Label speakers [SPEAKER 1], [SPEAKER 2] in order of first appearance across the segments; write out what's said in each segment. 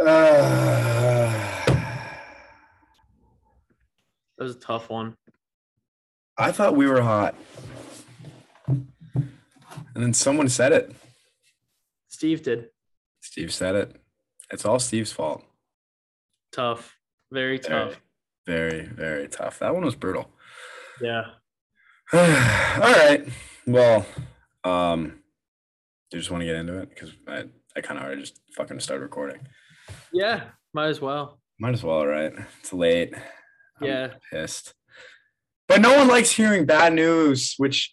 [SPEAKER 1] Uh,
[SPEAKER 2] was a tough one.
[SPEAKER 1] I thought we were hot. And then someone said it.
[SPEAKER 2] Steve did.
[SPEAKER 1] Steve said it. It's all Steve's fault.
[SPEAKER 2] Tough. Very tough.
[SPEAKER 1] Very, very tough. That one was brutal.
[SPEAKER 2] Yeah.
[SPEAKER 1] all right. Well, um, do you just want to get into it? Because I, I kind of already just fucking started recording.
[SPEAKER 2] Yeah. Might as well.
[SPEAKER 1] Might as well, right? It's late. I'm
[SPEAKER 2] Yeah.
[SPEAKER 1] Pissed. But no one likes hearing bad news, which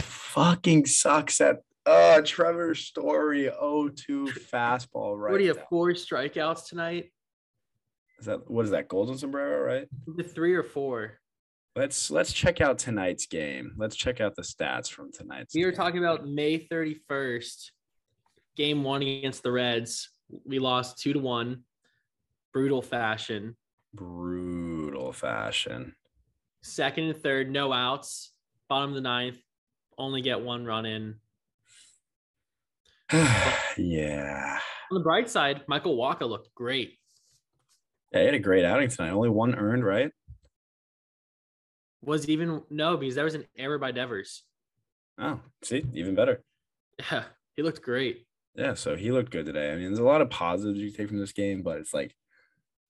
[SPEAKER 1] fucking sucks at uh Trevor Story 02 fastball, right?
[SPEAKER 2] what do you have?
[SPEAKER 1] down.
[SPEAKER 2] Four strikeouts tonight?
[SPEAKER 1] Is that what is that? Golden sombrero, right?
[SPEAKER 2] The three or four?
[SPEAKER 1] Let's let's check out tonight's game. Let's check out the stats from tonight's
[SPEAKER 2] We were
[SPEAKER 1] game.
[SPEAKER 2] talking about May 31st, game one against the Reds. We lost two to one, brutal fashion.
[SPEAKER 1] brutal fashion.
[SPEAKER 2] Second and third, no outs. Bottom of the ninth, only get one run in.
[SPEAKER 1] yeah.
[SPEAKER 2] On the bright side, Michael Walker looked great.
[SPEAKER 1] Yeah, he had a great outing tonight. Only one earned, right?
[SPEAKER 2] Was even no because there was an error by Devers.
[SPEAKER 1] Oh, see, even better.
[SPEAKER 2] Yeah, he looked great.
[SPEAKER 1] Yeah, so he looked good today. I mean, there's a lot of positives you can take from this game, but it's like,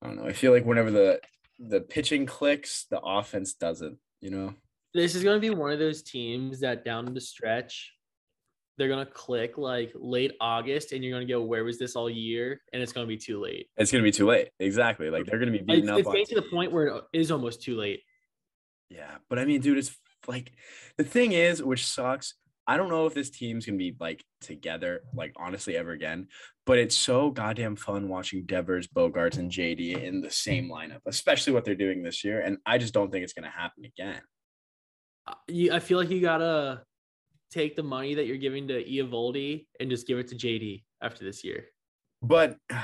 [SPEAKER 1] I don't know. I feel like whenever the the pitching clicks, the offense doesn't. You know?
[SPEAKER 2] This is going to be one of those teams that down the stretch, they're going to click like late August, and you're going to go, "Where was this all year?" And it's going to be too late.
[SPEAKER 1] It's gonna be too late. Exactly. Like they're gonna be beaten
[SPEAKER 2] It's,
[SPEAKER 1] up.
[SPEAKER 2] it's
[SPEAKER 1] on
[SPEAKER 2] getting to the
[SPEAKER 1] teams.
[SPEAKER 2] point where it is almost too late.
[SPEAKER 1] Yeah, but I mean, dude, it's like the thing is, which sucks. I don't know if this team's gonna be like together, like honestly, ever again. But it's so goddamn fun watching Devers, Bogarts, and JD in the same lineup, especially what they're doing this year. And I just don't think it's gonna happen again.
[SPEAKER 2] Uh, You, I feel like you gotta take the money that you're giving to Iavoldi and just give it to JD after this year.
[SPEAKER 1] But do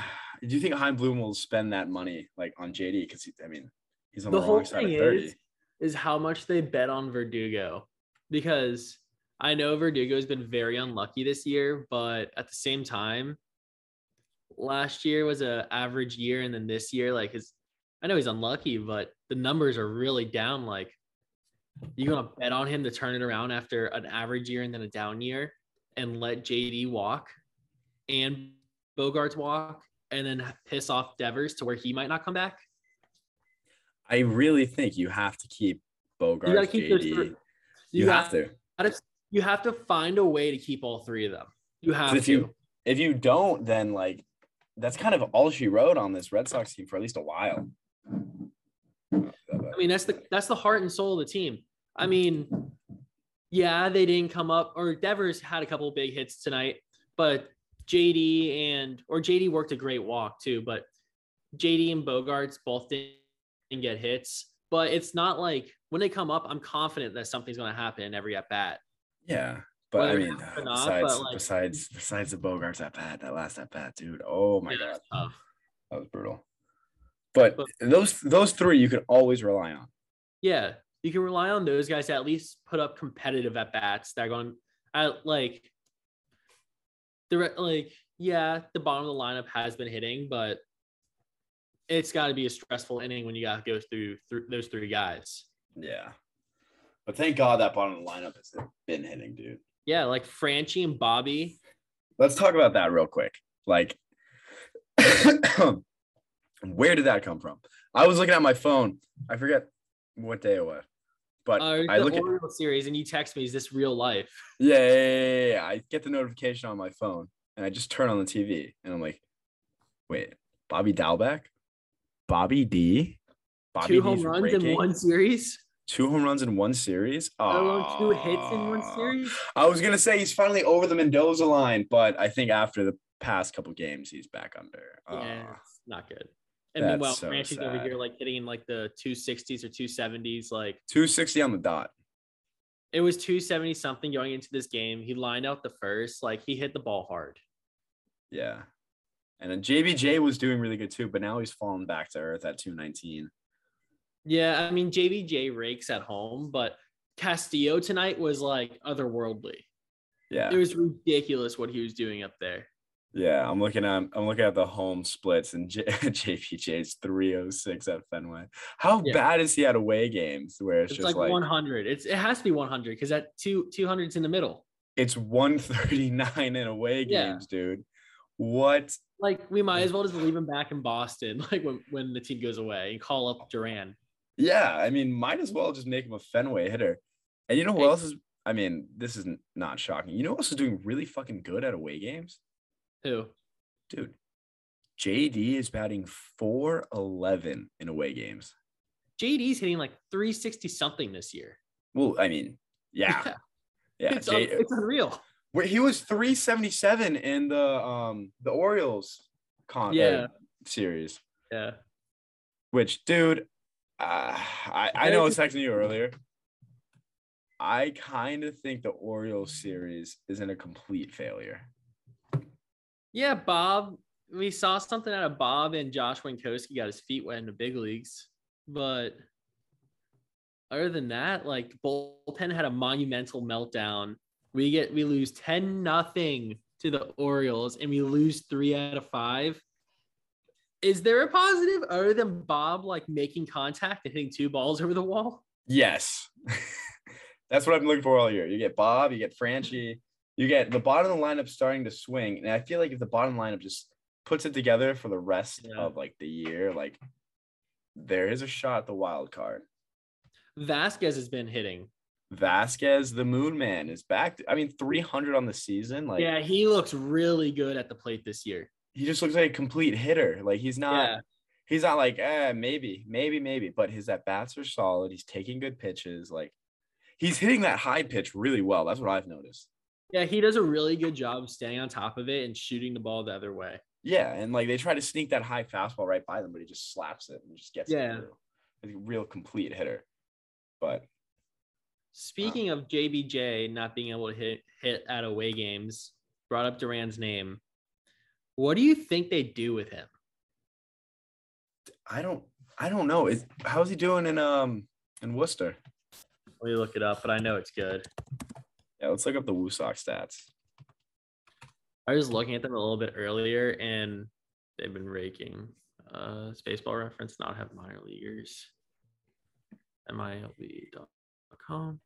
[SPEAKER 1] you think Heim Bloom will spend that money like on JD? Because I mean, he's on the,
[SPEAKER 2] the
[SPEAKER 1] wrong
[SPEAKER 2] whole
[SPEAKER 1] side of
[SPEAKER 2] thing
[SPEAKER 1] thirty.
[SPEAKER 2] is, is how much they bet on Verdugo because I know Verdugo has been very unlucky this year, but at the same time, last year was a average year, and then this year, like his, I know he's unlucky, but the numbers are really down. Like, you gonna bet on him to turn it around after an average year and then a down year, and let JD walk, and Bogarts walk, and then piss off Devers to where he might not come back.
[SPEAKER 1] I really think you have to keep Bogarts,
[SPEAKER 2] You gotta keep those
[SPEAKER 1] JD.
[SPEAKER 2] three.
[SPEAKER 1] You, have to.
[SPEAKER 2] you have to find a way to keep all three of them. You have
[SPEAKER 1] if
[SPEAKER 2] to.
[SPEAKER 1] you- if you don't, then like that's kind of all she wrote on this Red Sox team for at least a while.
[SPEAKER 2] I mean, that's the that's the heart and soul of the team. I mean, yeah, they didn't come up or Devers had a couple of big hits tonight, but JD and or JD worked a great walk too, but JD and Bogarts both didn't get hits. But it's not like when they come up, I'm confident that something's going to happen in every at bat.
[SPEAKER 1] Yeah. But I
[SPEAKER 2] Whether it
[SPEAKER 1] mean,
[SPEAKER 2] happened or not,
[SPEAKER 1] besides
[SPEAKER 2] but, like-
[SPEAKER 1] besides besides the Bogarts at bat, that last at bat, dude. Oh my god, that was brutal. But
[SPEAKER 2] But-
[SPEAKER 1] those those three you can always rely on.
[SPEAKER 2] yeah, you can rely on those guys to at least put up competitive at bats. They're going at like the re- like yeah, the bottom of the lineup has been hitting, but it's got to be a stressful inning when you got to go through through those three guys.
[SPEAKER 1] Yeah. But thank God that bottom of the lineup has been hitting, dude.
[SPEAKER 2] Yeah, like Franchi and Bobby.
[SPEAKER 1] Let's talk about that real quick. Like, where did that come from? I was looking at my phone. I forget what day it was, but
[SPEAKER 2] Uh,
[SPEAKER 1] I
[SPEAKER 2] the
[SPEAKER 1] look at
[SPEAKER 2] Orioles series, and you text me, "Is this real life?"
[SPEAKER 1] yeah, yeah, yeah, yeah, yeah. I get the notification on my phone, and I just turn on the TV, and I'm like, wait, Bobby Dalbec, Bobby D, Bobby
[SPEAKER 2] Two home
[SPEAKER 1] D's
[SPEAKER 2] runs in
[SPEAKER 1] raking?
[SPEAKER 2] one series.
[SPEAKER 1] two home runs in one series.
[SPEAKER 2] Oh, two hits in one
[SPEAKER 1] Aw.
[SPEAKER 2] series.
[SPEAKER 1] I was gonna say he's finally over the Mendoza line, but I think after the past couple games, he's back under. uh,
[SPEAKER 2] yeah,
[SPEAKER 1] Aw.
[SPEAKER 2] it's not good. And
[SPEAKER 1] that's
[SPEAKER 2] meanwhile,
[SPEAKER 1] so
[SPEAKER 2] Franchi's over
[SPEAKER 1] sad.
[SPEAKER 2] here like hitting in like the 260s or 270s. Like
[SPEAKER 1] 260 on the dot.
[SPEAKER 2] it was 270 something going into this game. He lined out the first, like he hit the ball hard.
[SPEAKER 1] Yeah. And then JBJ was doing really good too, but now he's fallen back to earth at 219.
[SPEAKER 2] Yeah, I mean JBJ rakes at home, but Castillo tonight was like otherworldly.
[SPEAKER 1] Yeah.
[SPEAKER 2] It was ridiculous what he was doing up there.
[SPEAKER 1] Yeah, I'm looking at I'm looking at the home splits and J- JPJ's 306 at Fenway. How
[SPEAKER 2] Yeah.
[SPEAKER 1] bad is he at away games where it's,
[SPEAKER 2] It's,
[SPEAKER 1] just
[SPEAKER 2] like,
[SPEAKER 1] like,
[SPEAKER 2] 100. It's it has to be 100 because that two 200's in the middle.
[SPEAKER 1] it's 139 in away
[SPEAKER 2] Yeah.
[SPEAKER 1] games, dude? What?
[SPEAKER 2] Like we might as well just leave him back in Boston. Like when, when the team goes away and call up Duran.
[SPEAKER 1] Yeah, I mean, might as well just make him a Fenway hitter. And you know who
[SPEAKER 2] Hey.
[SPEAKER 1] else is? I mean, this is n- not shocking. You know who else is doing really fucking good at away games,
[SPEAKER 2] Who?
[SPEAKER 1] dude? JD is batting 411 in away games.
[SPEAKER 2] JD's hitting like 360 something this year.
[SPEAKER 1] Well, I mean, yeah, yeah.
[SPEAKER 2] it's, un-
[SPEAKER 1] J-
[SPEAKER 2] it's unreal.
[SPEAKER 1] Wait, he was 377 in the um the Orioles con
[SPEAKER 2] Yeah.
[SPEAKER 1] yeah. series.
[SPEAKER 2] Yeah.
[SPEAKER 1] Which, dude, uh, I I know I was texting you earlier. I kind of think the Orioles series isn't a complete failure.
[SPEAKER 2] Yeah, Bob. We saw something out of Bob and Josh Winkowski got his feet wet in the big leagues. But other than that, like bullpen had a monumental meltdown. We get we lose 10 nothing to the Orioles and we lose three out of five. Is there a positive other than Bob like making contact and hitting two balls over the wall?
[SPEAKER 1] Yes. That's what I've been looking for all year. You get Bob, you get Franchi, you get the bottom of the lineup starting to swing. And I feel like if the bottom lineup just puts it together for the rest
[SPEAKER 2] Yeah.
[SPEAKER 1] of like the year, like there is a shot at the wild card.
[SPEAKER 2] Vasquez has been hitting.
[SPEAKER 1] Vasquez, the Moon Man, is back. I mean, 300 on the season. Like,
[SPEAKER 2] yeah, he looks really good at the plate this year.
[SPEAKER 1] he just looks like a complete hitter. Like, he's not,
[SPEAKER 2] Yeah.
[SPEAKER 1] he's not like, eh, maybe, maybe, maybe. But his at bats are solid. He's taking good pitches. Like, he's hitting that high pitch really well. That's what I've noticed.
[SPEAKER 2] Yeah, he does a really good job of staying on top of it and shooting the ball the other way.
[SPEAKER 1] Yeah. And like, they try to sneak that high fastball right by them, but he just slaps it and just gets
[SPEAKER 2] Yeah.
[SPEAKER 1] it through. He's a real complete hitter. But
[SPEAKER 2] Speaking of JBJ not being able to hit hit at away games, brought up Duran's name. What do you think they do with him?
[SPEAKER 1] I don't, I don't know. Is how's he doing in, um, in Worcester?
[SPEAKER 2] Let me look it up, but I know it's good.
[SPEAKER 1] Yeah. Let's look up the Woosock stats.
[SPEAKER 2] I was looking at them a little bit earlier, and they've been raking. Uh, it's baseball reference not have minor leaguers. MILB.com. E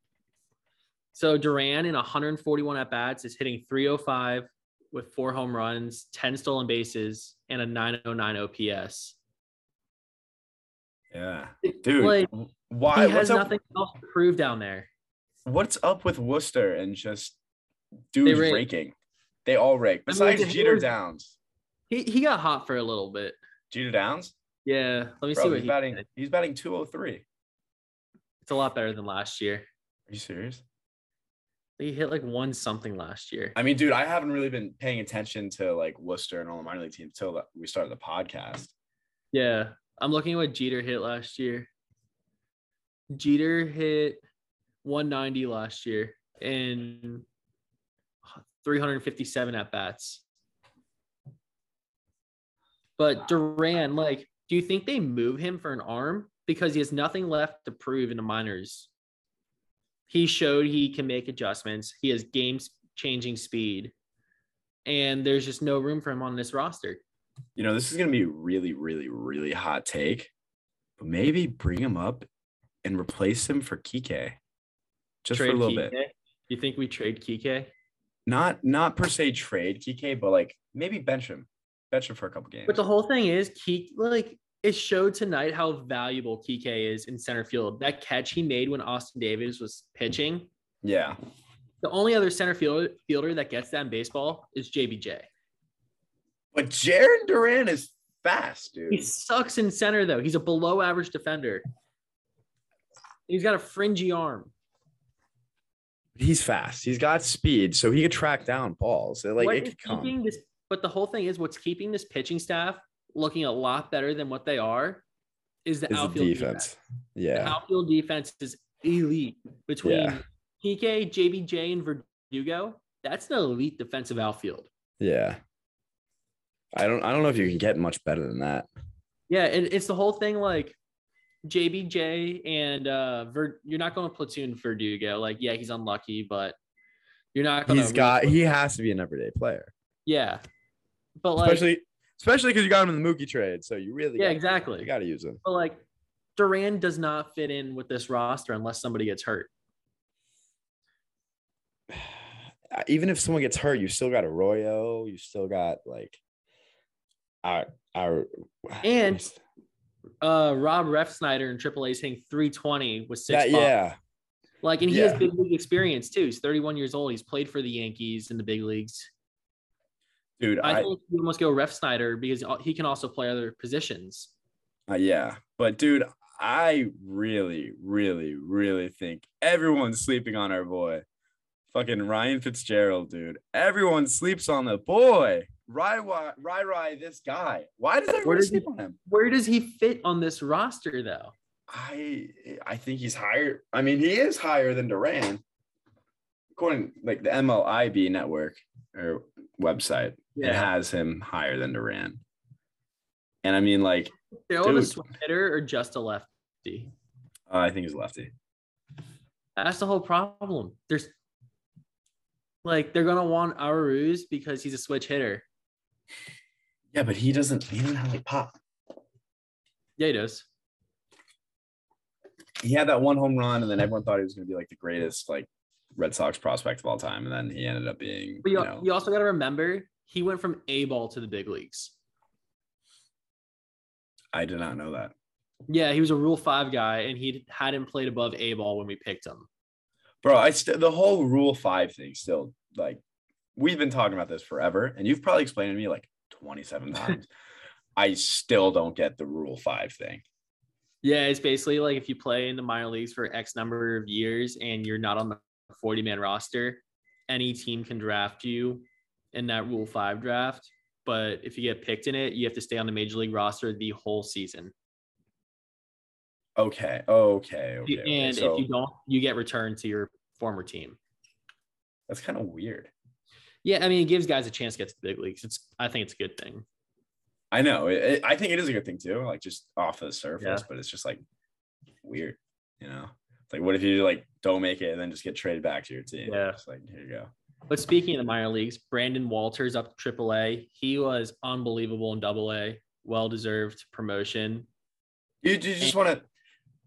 [SPEAKER 2] So Duran in 141 at bats is hitting 305 with four home runs, 10 stolen bases, and a 909 OPS.
[SPEAKER 1] Yeah,
[SPEAKER 2] It's
[SPEAKER 1] dude.
[SPEAKER 2] like,
[SPEAKER 1] w-
[SPEAKER 2] he
[SPEAKER 1] why? What's
[SPEAKER 2] has
[SPEAKER 1] up?
[SPEAKER 2] nothing else to prove down there.
[SPEAKER 1] What's up with Worcester and just dudes
[SPEAKER 2] rake.
[SPEAKER 1] raking? They all
[SPEAKER 2] I
[SPEAKER 1] rake.
[SPEAKER 2] mean,
[SPEAKER 1] Besides
[SPEAKER 2] the
[SPEAKER 1] Jeter
[SPEAKER 2] hitters-
[SPEAKER 1] Downs.
[SPEAKER 2] He he got hot for a little bit.
[SPEAKER 1] Jeter Downs.
[SPEAKER 2] Yeah, let me see
[SPEAKER 1] Bro,
[SPEAKER 2] what
[SPEAKER 1] he's
[SPEAKER 2] he.
[SPEAKER 1] batting.
[SPEAKER 2] did.
[SPEAKER 1] He's batting 203. Are
[SPEAKER 2] It's a lot better than last year.
[SPEAKER 1] you serious?
[SPEAKER 2] He hit like one something last year.
[SPEAKER 1] I mean, dude, I haven't really been paying attention to like Worcester and all the minor league teams until we started the podcast.
[SPEAKER 2] Yeah, I'm looking at what Jeter hit last year. Jeter hit 190 last year and 357 at bats. But Duran, like, do you think they move him for an arm because he has nothing left to prove in the minors? He showed he can make adjustments. He has game changing speed, and there's just no room for him on this roster.
[SPEAKER 1] You know, this is gonna be a really, really, really hot take, but maybe bring him up and replace him for Kike, just for a little bit.
[SPEAKER 2] Kike? You think we trade Kike?
[SPEAKER 1] Not not per se trade Kike, but like maybe bench him, bench him for a couple games.
[SPEAKER 2] But the whole thing is, Kike, like it showed tonight how valuable Kike is in center field. That catch he made when Austin Davis was pitching.
[SPEAKER 1] yeah,
[SPEAKER 2] The only other center field, fielder that gets that in baseball is JBJ.
[SPEAKER 1] But Jaron Duran is fast,
[SPEAKER 2] He
[SPEAKER 1] dude.
[SPEAKER 2] sucks in center though. He's a below average defender. He's got a fringy arm.
[SPEAKER 1] He's fast. He's got speed, so he could track down balls. Like
[SPEAKER 2] What
[SPEAKER 1] it
[SPEAKER 2] is
[SPEAKER 1] could come.
[SPEAKER 2] keeping this? But the whole thing is, what's keeping this pitching staff looking a lot better than what they are is the
[SPEAKER 1] Is the
[SPEAKER 2] outfield defense.
[SPEAKER 1] defense?
[SPEAKER 2] The
[SPEAKER 1] Yeah,
[SPEAKER 2] outfield defense is elite between
[SPEAKER 1] Yeah.
[SPEAKER 2] PK, JBJ, and Verdugo. That's an elite defensive outfield.
[SPEAKER 1] yeah. I don't. I don't know if you can get much better than that.
[SPEAKER 2] Yeah, and it's the whole thing like JBJ and uh Ver, you're not going to platoon Verdugo. Like, yeah, he's unlucky, but you're not going
[SPEAKER 1] He's got. He has to be an everyday player.
[SPEAKER 2] yeah. But like,
[SPEAKER 1] especially especially because you got him in the Mookie trade, so you really
[SPEAKER 2] yeah,
[SPEAKER 1] gotta-
[SPEAKER 2] exactly.
[SPEAKER 1] you got to use him.
[SPEAKER 2] but like, Duran does not fit in with this roster unless somebody gets hurt.
[SPEAKER 1] Even if someone gets hurt, you still got Arroyo. You still got like our our
[SPEAKER 2] And Uh, Rob Ref Snyder in AAA is hitting 320 with six.
[SPEAKER 1] that,
[SPEAKER 2] bombs.
[SPEAKER 1] yeah.
[SPEAKER 2] Like, and he
[SPEAKER 1] Yeah.
[SPEAKER 2] has big league experience too. He's 31 years old. He's played for the Yankees in the big leagues.
[SPEAKER 1] Dude,
[SPEAKER 2] I,
[SPEAKER 1] I,
[SPEAKER 2] think you must go Ref Snyder because he can also play other positions.
[SPEAKER 1] Uh, yeah, but dude, I really, really, really think everyone's sleeping on our boy, fucking Ryan Fitzgerald, dude. Everyone sleeps on the boy, Rye, Rye, Rye, this guy. Why does everyone
[SPEAKER 2] does
[SPEAKER 1] sleep
[SPEAKER 2] he-
[SPEAKER 1] on him?
[SPEAKER 2] Where does he fit on this roster though?
[SPEAKER 1] I, I think he's higher. I mean, he is higher than Duran, according like the MLIB network or website. It has him higher than Duran. And I mean, like,
[SPEAKER 2] They're all a
[SPEAKER 1] Dude.
[SPEAKER 2] swing hitter or just a lefty.
[SPEAKER 1] uh, I think he's lefty.
[SPEAKER 2] That's the whole problem. There's like they're gonna want Aruz because he's a switch hitter.
[SPEAKER 1] Yeah, but he doesn't. He doesn't have like pop.
[SPEAKER 2] Yeah, he does.
[SPEAKER 1] he had that one home run, and then everyone thought he was going to be like the greatest like Red Sox prospect of all time, and then he ended up being
[SPEAKER 2] But you,
[SPEAKER 1] you know,
[SPEAKER 2] you also gotta remember he went from A ball to the big leagues.
[SPEAKER 1] I did not know that,
[SPEAKER 2] Yeah, he was a Rule Five guy, and he hadn't played above A ball when we picked him.
[SPEAKER 1] bro. I st- the whole Rule Five thing still like we've been talking about this forever, and you've probably explained to me like twenty seven times. I still don't get the Rule Five thing.
[SPEAKER 2] Yeah, it's basically like if you play in the minor leagues for X number of years and you're not on the 40 man roster, any team can draft you in that Rule 5 draft. But if you get picked in it, you have to stay on the major league roster the whole season.
[SPEAKER 1] Okay, okay, okay. okay.
[SPEAKER 2] and
[SPEAKER 1] so
[SPEAKER 2] if you don't, you get returned to your former team.
[SPEAKER 1] that's kind of weird.
[SPEAKER 2] Yeah, I mean, it gives guys a chance to get to the big leagues. It's, I think it's a good thing.
[SPEAKER 1] I know. It, it- I think it is a good thing too, like just off the surface, but it's just like weird, you know. It's like, what if you like don't make it and then just get traded back to your team?
[SPEAKER 2] Yeah.
[SPEAKER 1] It's like here you go.
[SPEAKER 2] But speaking of the minor leagues, Brandon Walters up to AAA. He was unbelievable in Double A. Well deserved promotion.
[SPEAKER 1] You, you just want to,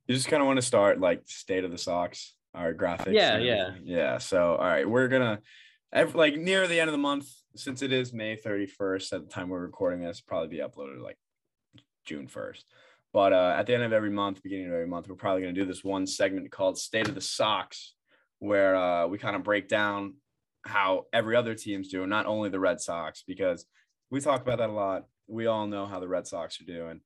[SPEAKER 1] you just kind of want to start like state of the Sox, our graphics.
[SPEAKER 2] Yeah,
[SPEAKER 1] and
[SPEAKER 2] yeah.
[SPEAKER 1] everything. yeah. So all right, we're gonna, ev- like near the end of the month, since it is May thirty first at the time we're recording this, probably be uploaded like June first. But uh, at the end of every month, beginning of every month, we're probably going to do this one segment called State of the Sox, where uh, we kind of break down how every other team's doing, not only the Red Sox, because we talk about that a lot. We all know how the Red Sox are doing.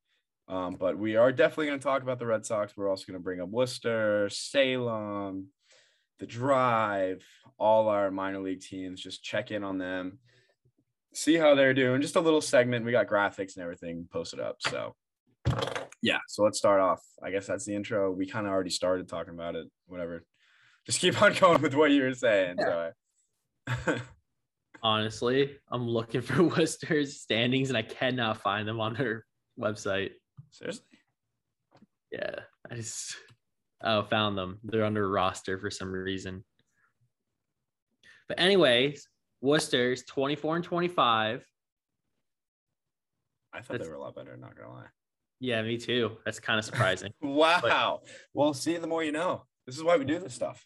[SPEAKER 1] Um, but we are definitely going to talk about the Red Sox. We're also going to bring up Worcester, Salem, the Drive, all our minor league teams, just check in on them, see how they're doing. Just a little segment. We got graphics and everything posted up. So yeah so let's start off i guess that's the intro we kind of already started talking about it whatever just keep on going with what you were saying so
[SPEAKER 2] Honestly, I'm looking for Worcester's standings and I cannot find them on her website.
[SPEAKER 1] seriously
[SPEAKER 2] Yeah, I just oh found them. They're under roster for some reason. But anyways, Worcester's 24 and 25.
[SPEAKER 1] i thought
[SPEAKER 2] That's-
[SPEAKER 1] they were a lot better not gonna lie
[SPEAKER 2] Yeah, me too. That's kind of surprising.
[SPEAKER 1] wow well see the more you know this is why we do this stuff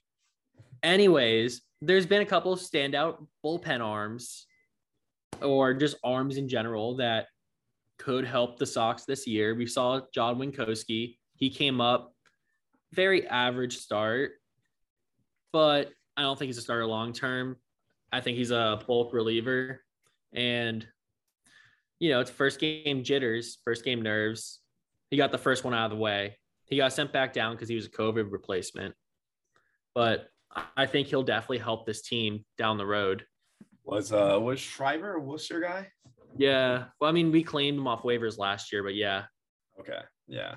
[SPEAKER 2] anyways, there's been a couple of standout bullpen arms or just arms in general that could help the Sox this year. We saw John Winkowski. He came up, very average start, but I don't think he's a starter long term. I think he's a bulk reliever. And, you know, it's first game jitters, first game nerves. He got the first one out of the way. He got sent back down because he was a COVID replacement. But I think he'll definitely help this team down the road.
[SPEAKER 1] was uh was shriver a worcester guy
[SPEAKER 2] Yeah. Well, I mean, we claimed him off waivers last year, but yeah.
[SPEAKER 1] okay yeah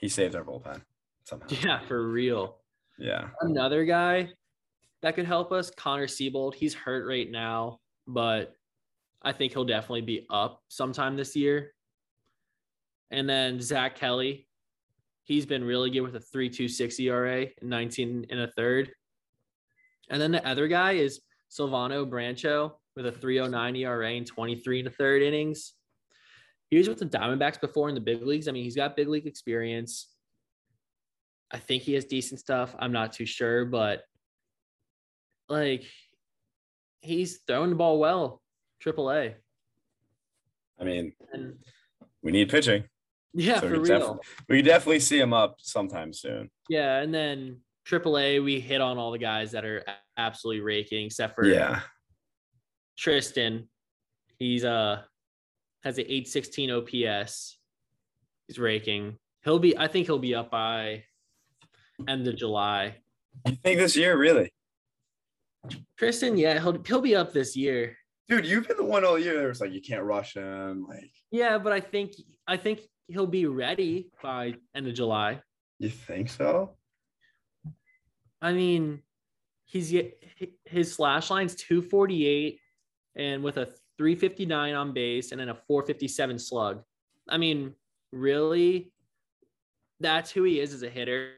[SPEAKER 1] he saved our bullpen somehow
[SPEAKER 2] Yeah, for real.
[SPEAKER 1] yeah
[SPEAKER 2] Another guy that could help us, Connor Siebold. He's hurt right now, but I think he'll definitely be up sometime this year. And then Zach Kelly. He's been really good with a 3.26 ERA, 19 and a third. And then the other guy is Silvano Brancho. with E a 309 ERA and 23 and a third innings. He was with the Diamondbacks before in the big leagues. I mean, he's got big league experience. I think he has decent stuff. I'm not too sure, but like he's throwing the ball well, triple A.
[SPEAKER 1] I mean,
[SPEAKER 2] And
[SPEAKER 1] we need pitching.
[SPEAKER 2] yeah,
[SPEAKER 1] So
[SPEAKER 2] for
[SPEAKER 1] it's
[SPEAKER 2] real.
[SPEAKER 1] definitely- We definitely see him up sometime soon.
[SPEAKER 2] Yeah, and then AAA, we hit on all the guys that are a- absolutely raking, except for
[SPEAKER 1] Yeah.
[SPEAKER 2] Tristan. He's uh has an 816 OPS. He's raking. He'll be, I think he'll be up by end of July.
[SPEAKER 1] You think this year, really?
[SPEAKER 2] Tristan, yeah, he'll he'll be up this year.
[SPEAKER 1] Dude, you've been the one all year. that was like you can't rush him. Like
[SPEAKER 2] Yeah, but I think I think he'll be ready by end of July.
[SPEAKER 1] you think so?
[SPEAKER 2] I mean, he's get- his slash line's 248 and with a 359 on base and then a 457 slug. I mean, really that's who he is as a hitter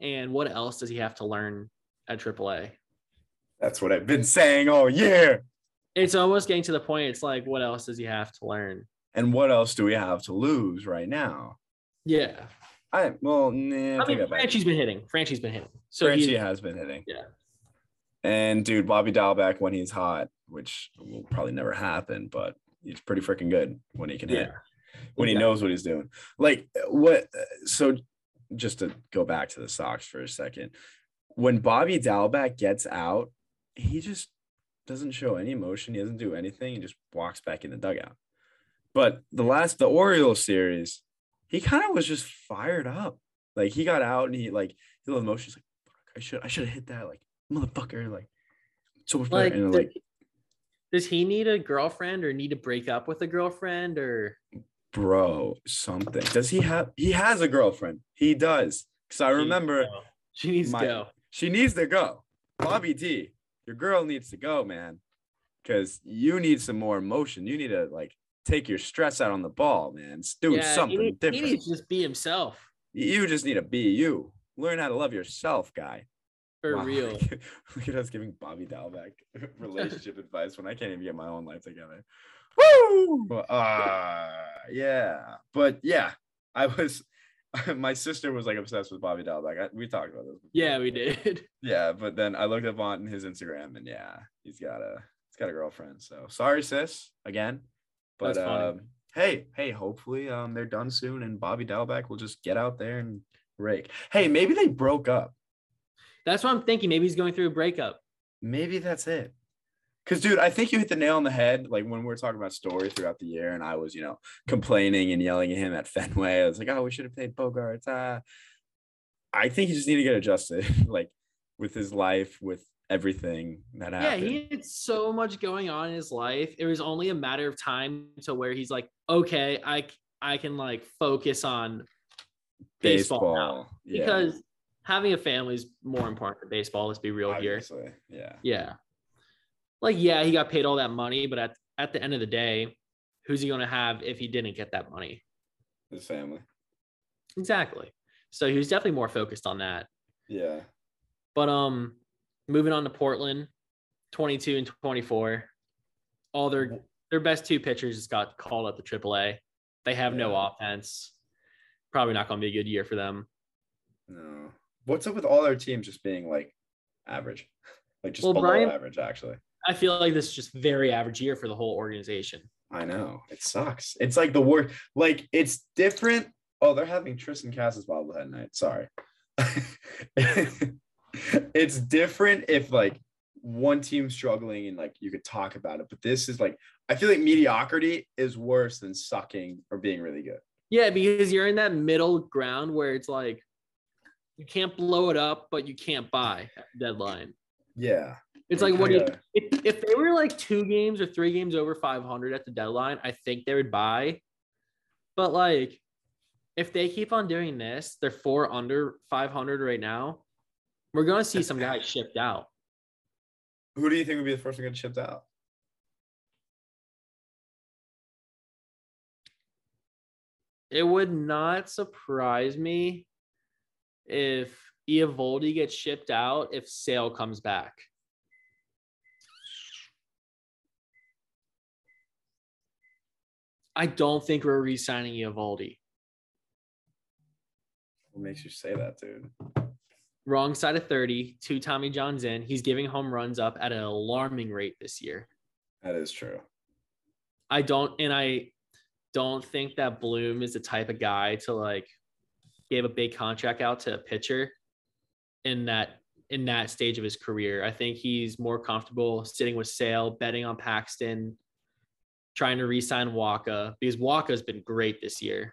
[SPEAKER 2] and what else does he have to learn at AAA?
[SPEAKER 1] That's what I've been saying all year.
[SPEAKER 2] It's almost getting to the point it's like what else does he have to learn?
[SPEAKER 1] And what else do we have to lose right now?
[SPEAKER 2] Yeah.
[SPEAKER 1] I well, nah,
[SPEAKER 2] I
[SPEAKER 1] take
[SPEAKER 2] mean,
[SPEAKER 1] that back.
[SPEAKER 2] Franchi's been hitting. Franchi's been hitting. So
[SPEAKER 1] Franchi
[SPEAKER 2] he,
[SPEAKER 1] has been hitting.
[SPEAKER 2] Yeah.
[SPEAKER 1] And dude, Bobby Dalbec when he's hot, which will probably never happen, but he's pretty freaking good when he can hit.
[SPEAKER 2] yeah.
[SPEAKER 1] when he
[SPEAKER 2] Yeah.
[SPEAKER 1] knows what he's doing. Like what? So just to go back to the Sox for a second, when Bobby Dalbec gets out, he just doesn't show any emotion. He doesn't do anything. He just walks back in the dugout. But the last the Orioles series, he kind of was just fired up. Like he got out and he like a little emotion. He's like, "Fuck, I should I should have hit that like motherfucker like so much better.
[SPEAKER 2] Like,
[SPEAKER 1] and like
[SPEAKER 2] does he need a girlfriend or need to break up with a girlfriend or
[SPEAKER 1] bro something. Does he have? He has a girlfriend. He does. Because I remember
[SPEAKER 2] she needs
[SPEAKER 1] My-
[SPEAKER 2] to go?
[SPEAKER 1] She needs to go. Bobby D, your girl needs to go, man. Cause you need some more emotion. You need to like take your stress out on the ball, man. It's doing
[SPEAKER 2] Yeah,
[SPEAKER 1] something
[SPEAKER 2] he, need-
[SPEAKER 1] different.
[SPEAKER 2] He needs to just be himself
[SPEAKER 1] you just need to be you. Learn how to love yourself, guy.
[SPEAKER 2] for
[SPEAKER 1] Wow,
[SPEAKER 2] real.
[SPEAKER 1] Look at- look at us giving Bobby Dalbeck relationship advice when I can't even get my own life together. Woo! Uh, yeah. But yeah, I was my sister was like obsessed with Bobby Dalbeck. I, we talked about this. before.
[SPEAKER 2] Yeah, we did.
[SPEAKER 1] Yeah, but then I looked up on his Instagram and yeah, he's got a he's got a girlfriend. So sorry, sis, again. But
[SPEAKER 2] That's funny.
[SPEAKER 1] um, hey, hey, hopefully um they're done soon and Bobby Dalbeck will just get out there and rake. Hey, maybe they broke up.
[SPEAKER 2] That's what I'm thinking. Maybe he's going through a breakup.
[SPEAKER 1] Maybe that's it. Cause dude, I think you hit the nail on the head. Like when we were talking about story throughout the year, and I was, you know, complaining and yelling at him at Fenway. I was like, oh, we should have paid Bogarts. ah." I think you just need to get adjusted, like with his life, with everything that
[SPEAKER 2] Yeah,
[SPEAKER 1] happened.
[SPEAKER 2] he had so much going on in his life. It was only a matter of time to where he's like, okay, I c- I can like focus on baseball, now
[SPEAKER 1] Yeah,
[SPEAKER 2] because having a family is more important than baseball. Let's be real here.
[SPEAKER 1] obviously, Yeah.
[SPEAKER 2] Yeah. Like, yeah, he got paid all that money, but at, at the end of the day, who's he going to have if he didn't get that money?
[SPEAKER 1] His family.
[SPEAKER 2] Exactly. So he was definitely more focused on that.
[SPEAKER 1] Yeah.
[SPEAKER 2] But um, moving on to Portland, 22 and 24, all their their best two pitchers just got called up to AAA. They have no
[SPEAKER 1] Yeah.
[SPEAKER 2] offense. Probably not going to be a good year for them.
[SPEAKER 1] No. What's up with all our teams just being like average? Like just
[SPEAKER 2] Well,
[SPEAKER 1] below
[SPEAKER 2] Brian-
[SPEAKER 1] average, actually.
[SPEAKER 2] I feel like this is just very average year for the whole organization.
[SPEAKER 1] I know. It sucks. It's like the worst. Like it's different. Oh, they're having Tristan Cass's bobblehead night. Sorry. it's different if like one team's struggling and like you could talk about it, but this is like I feel like mediocrity is worse than sucking or being really good.
[SPEAKER 2] Yeah, because you're in that middle ground where it's like you can't blow it up, but you can't buy at the deadline.
[SPEAKER 1] Yeah.
[SPEAKER 2] It's like what do you if, if they were like two games or three games over 500 at the deadline, I think they would buy. But like if they keep on doing this, they're four under 500 right now. We're going to see some guys shipped out.
[SPEAKER 1] Who do you think would be the first one getting shipped out?
[SPEAKER 2] It would not surprise me if Iavoldi gets shipped out if Sale comes back. I don't think we're re-signing Ivaldi.
[SPEAKER 1] What makes you say that, dude?
[SPEAKER 2] Wrong side of 30, two Tommy Johns in. He's giving home runs up at an alarming rate this year.
[SPEAKER 1] That is true.
[SPEAKER 2] I don't, and I don't think that Bloom is the type of guy to like give a big contract out to a pitcher in that in that stage of his career. I think he's more comfortable sitting with Sale, betting on Paxton, trying to re-sign Waka because Waka's been great this year.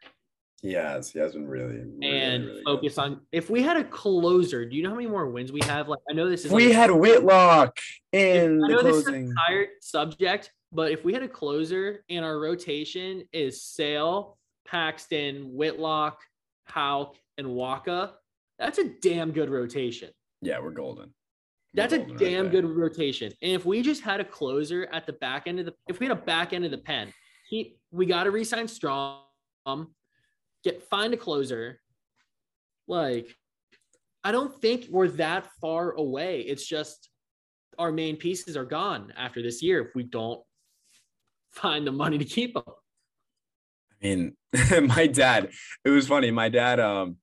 [SPEAKER 1] He has. He has been really, really
[SPEAKER 2] and
[SPEAKER 1] really good.
[SPEAKER 2] focus on if we had a closer, do you know how many more wins we have? Like I know this is
[SPEAKER 1] We
[SPEAKER 2] like-
[SPEAKER 1] had Whitlock in
[SPEAKER 2] I
[SPEAKER 1] the
[SPEAKER 2] know this is a
[SPEAKER 1] closing.
[SPEAKER 2] tired subject, but if we had a closer and our rotation is Sale, Paxton, Whitlock, Hauk, and Waka, that's a damn good rotation.
[SPEAKER 1] Yeah, we're golden. We're
[SPEAKER 2] That's a
[SPEAKER 1] golden right
[SPEAKER 2] damn
[SPEAKER 1] there.
[SPEAKER 2] good rotation. And if we just had a closer at the back end of the, if we had a back end of the pen, he, we got to resign Strom, get find a closer. Like, I don't think we're that far away. It's just our main pieces are gone after this year if we don't find the money to keep them.
[SPEAKER 1] I mean, my dad, it was funny. My dad, um,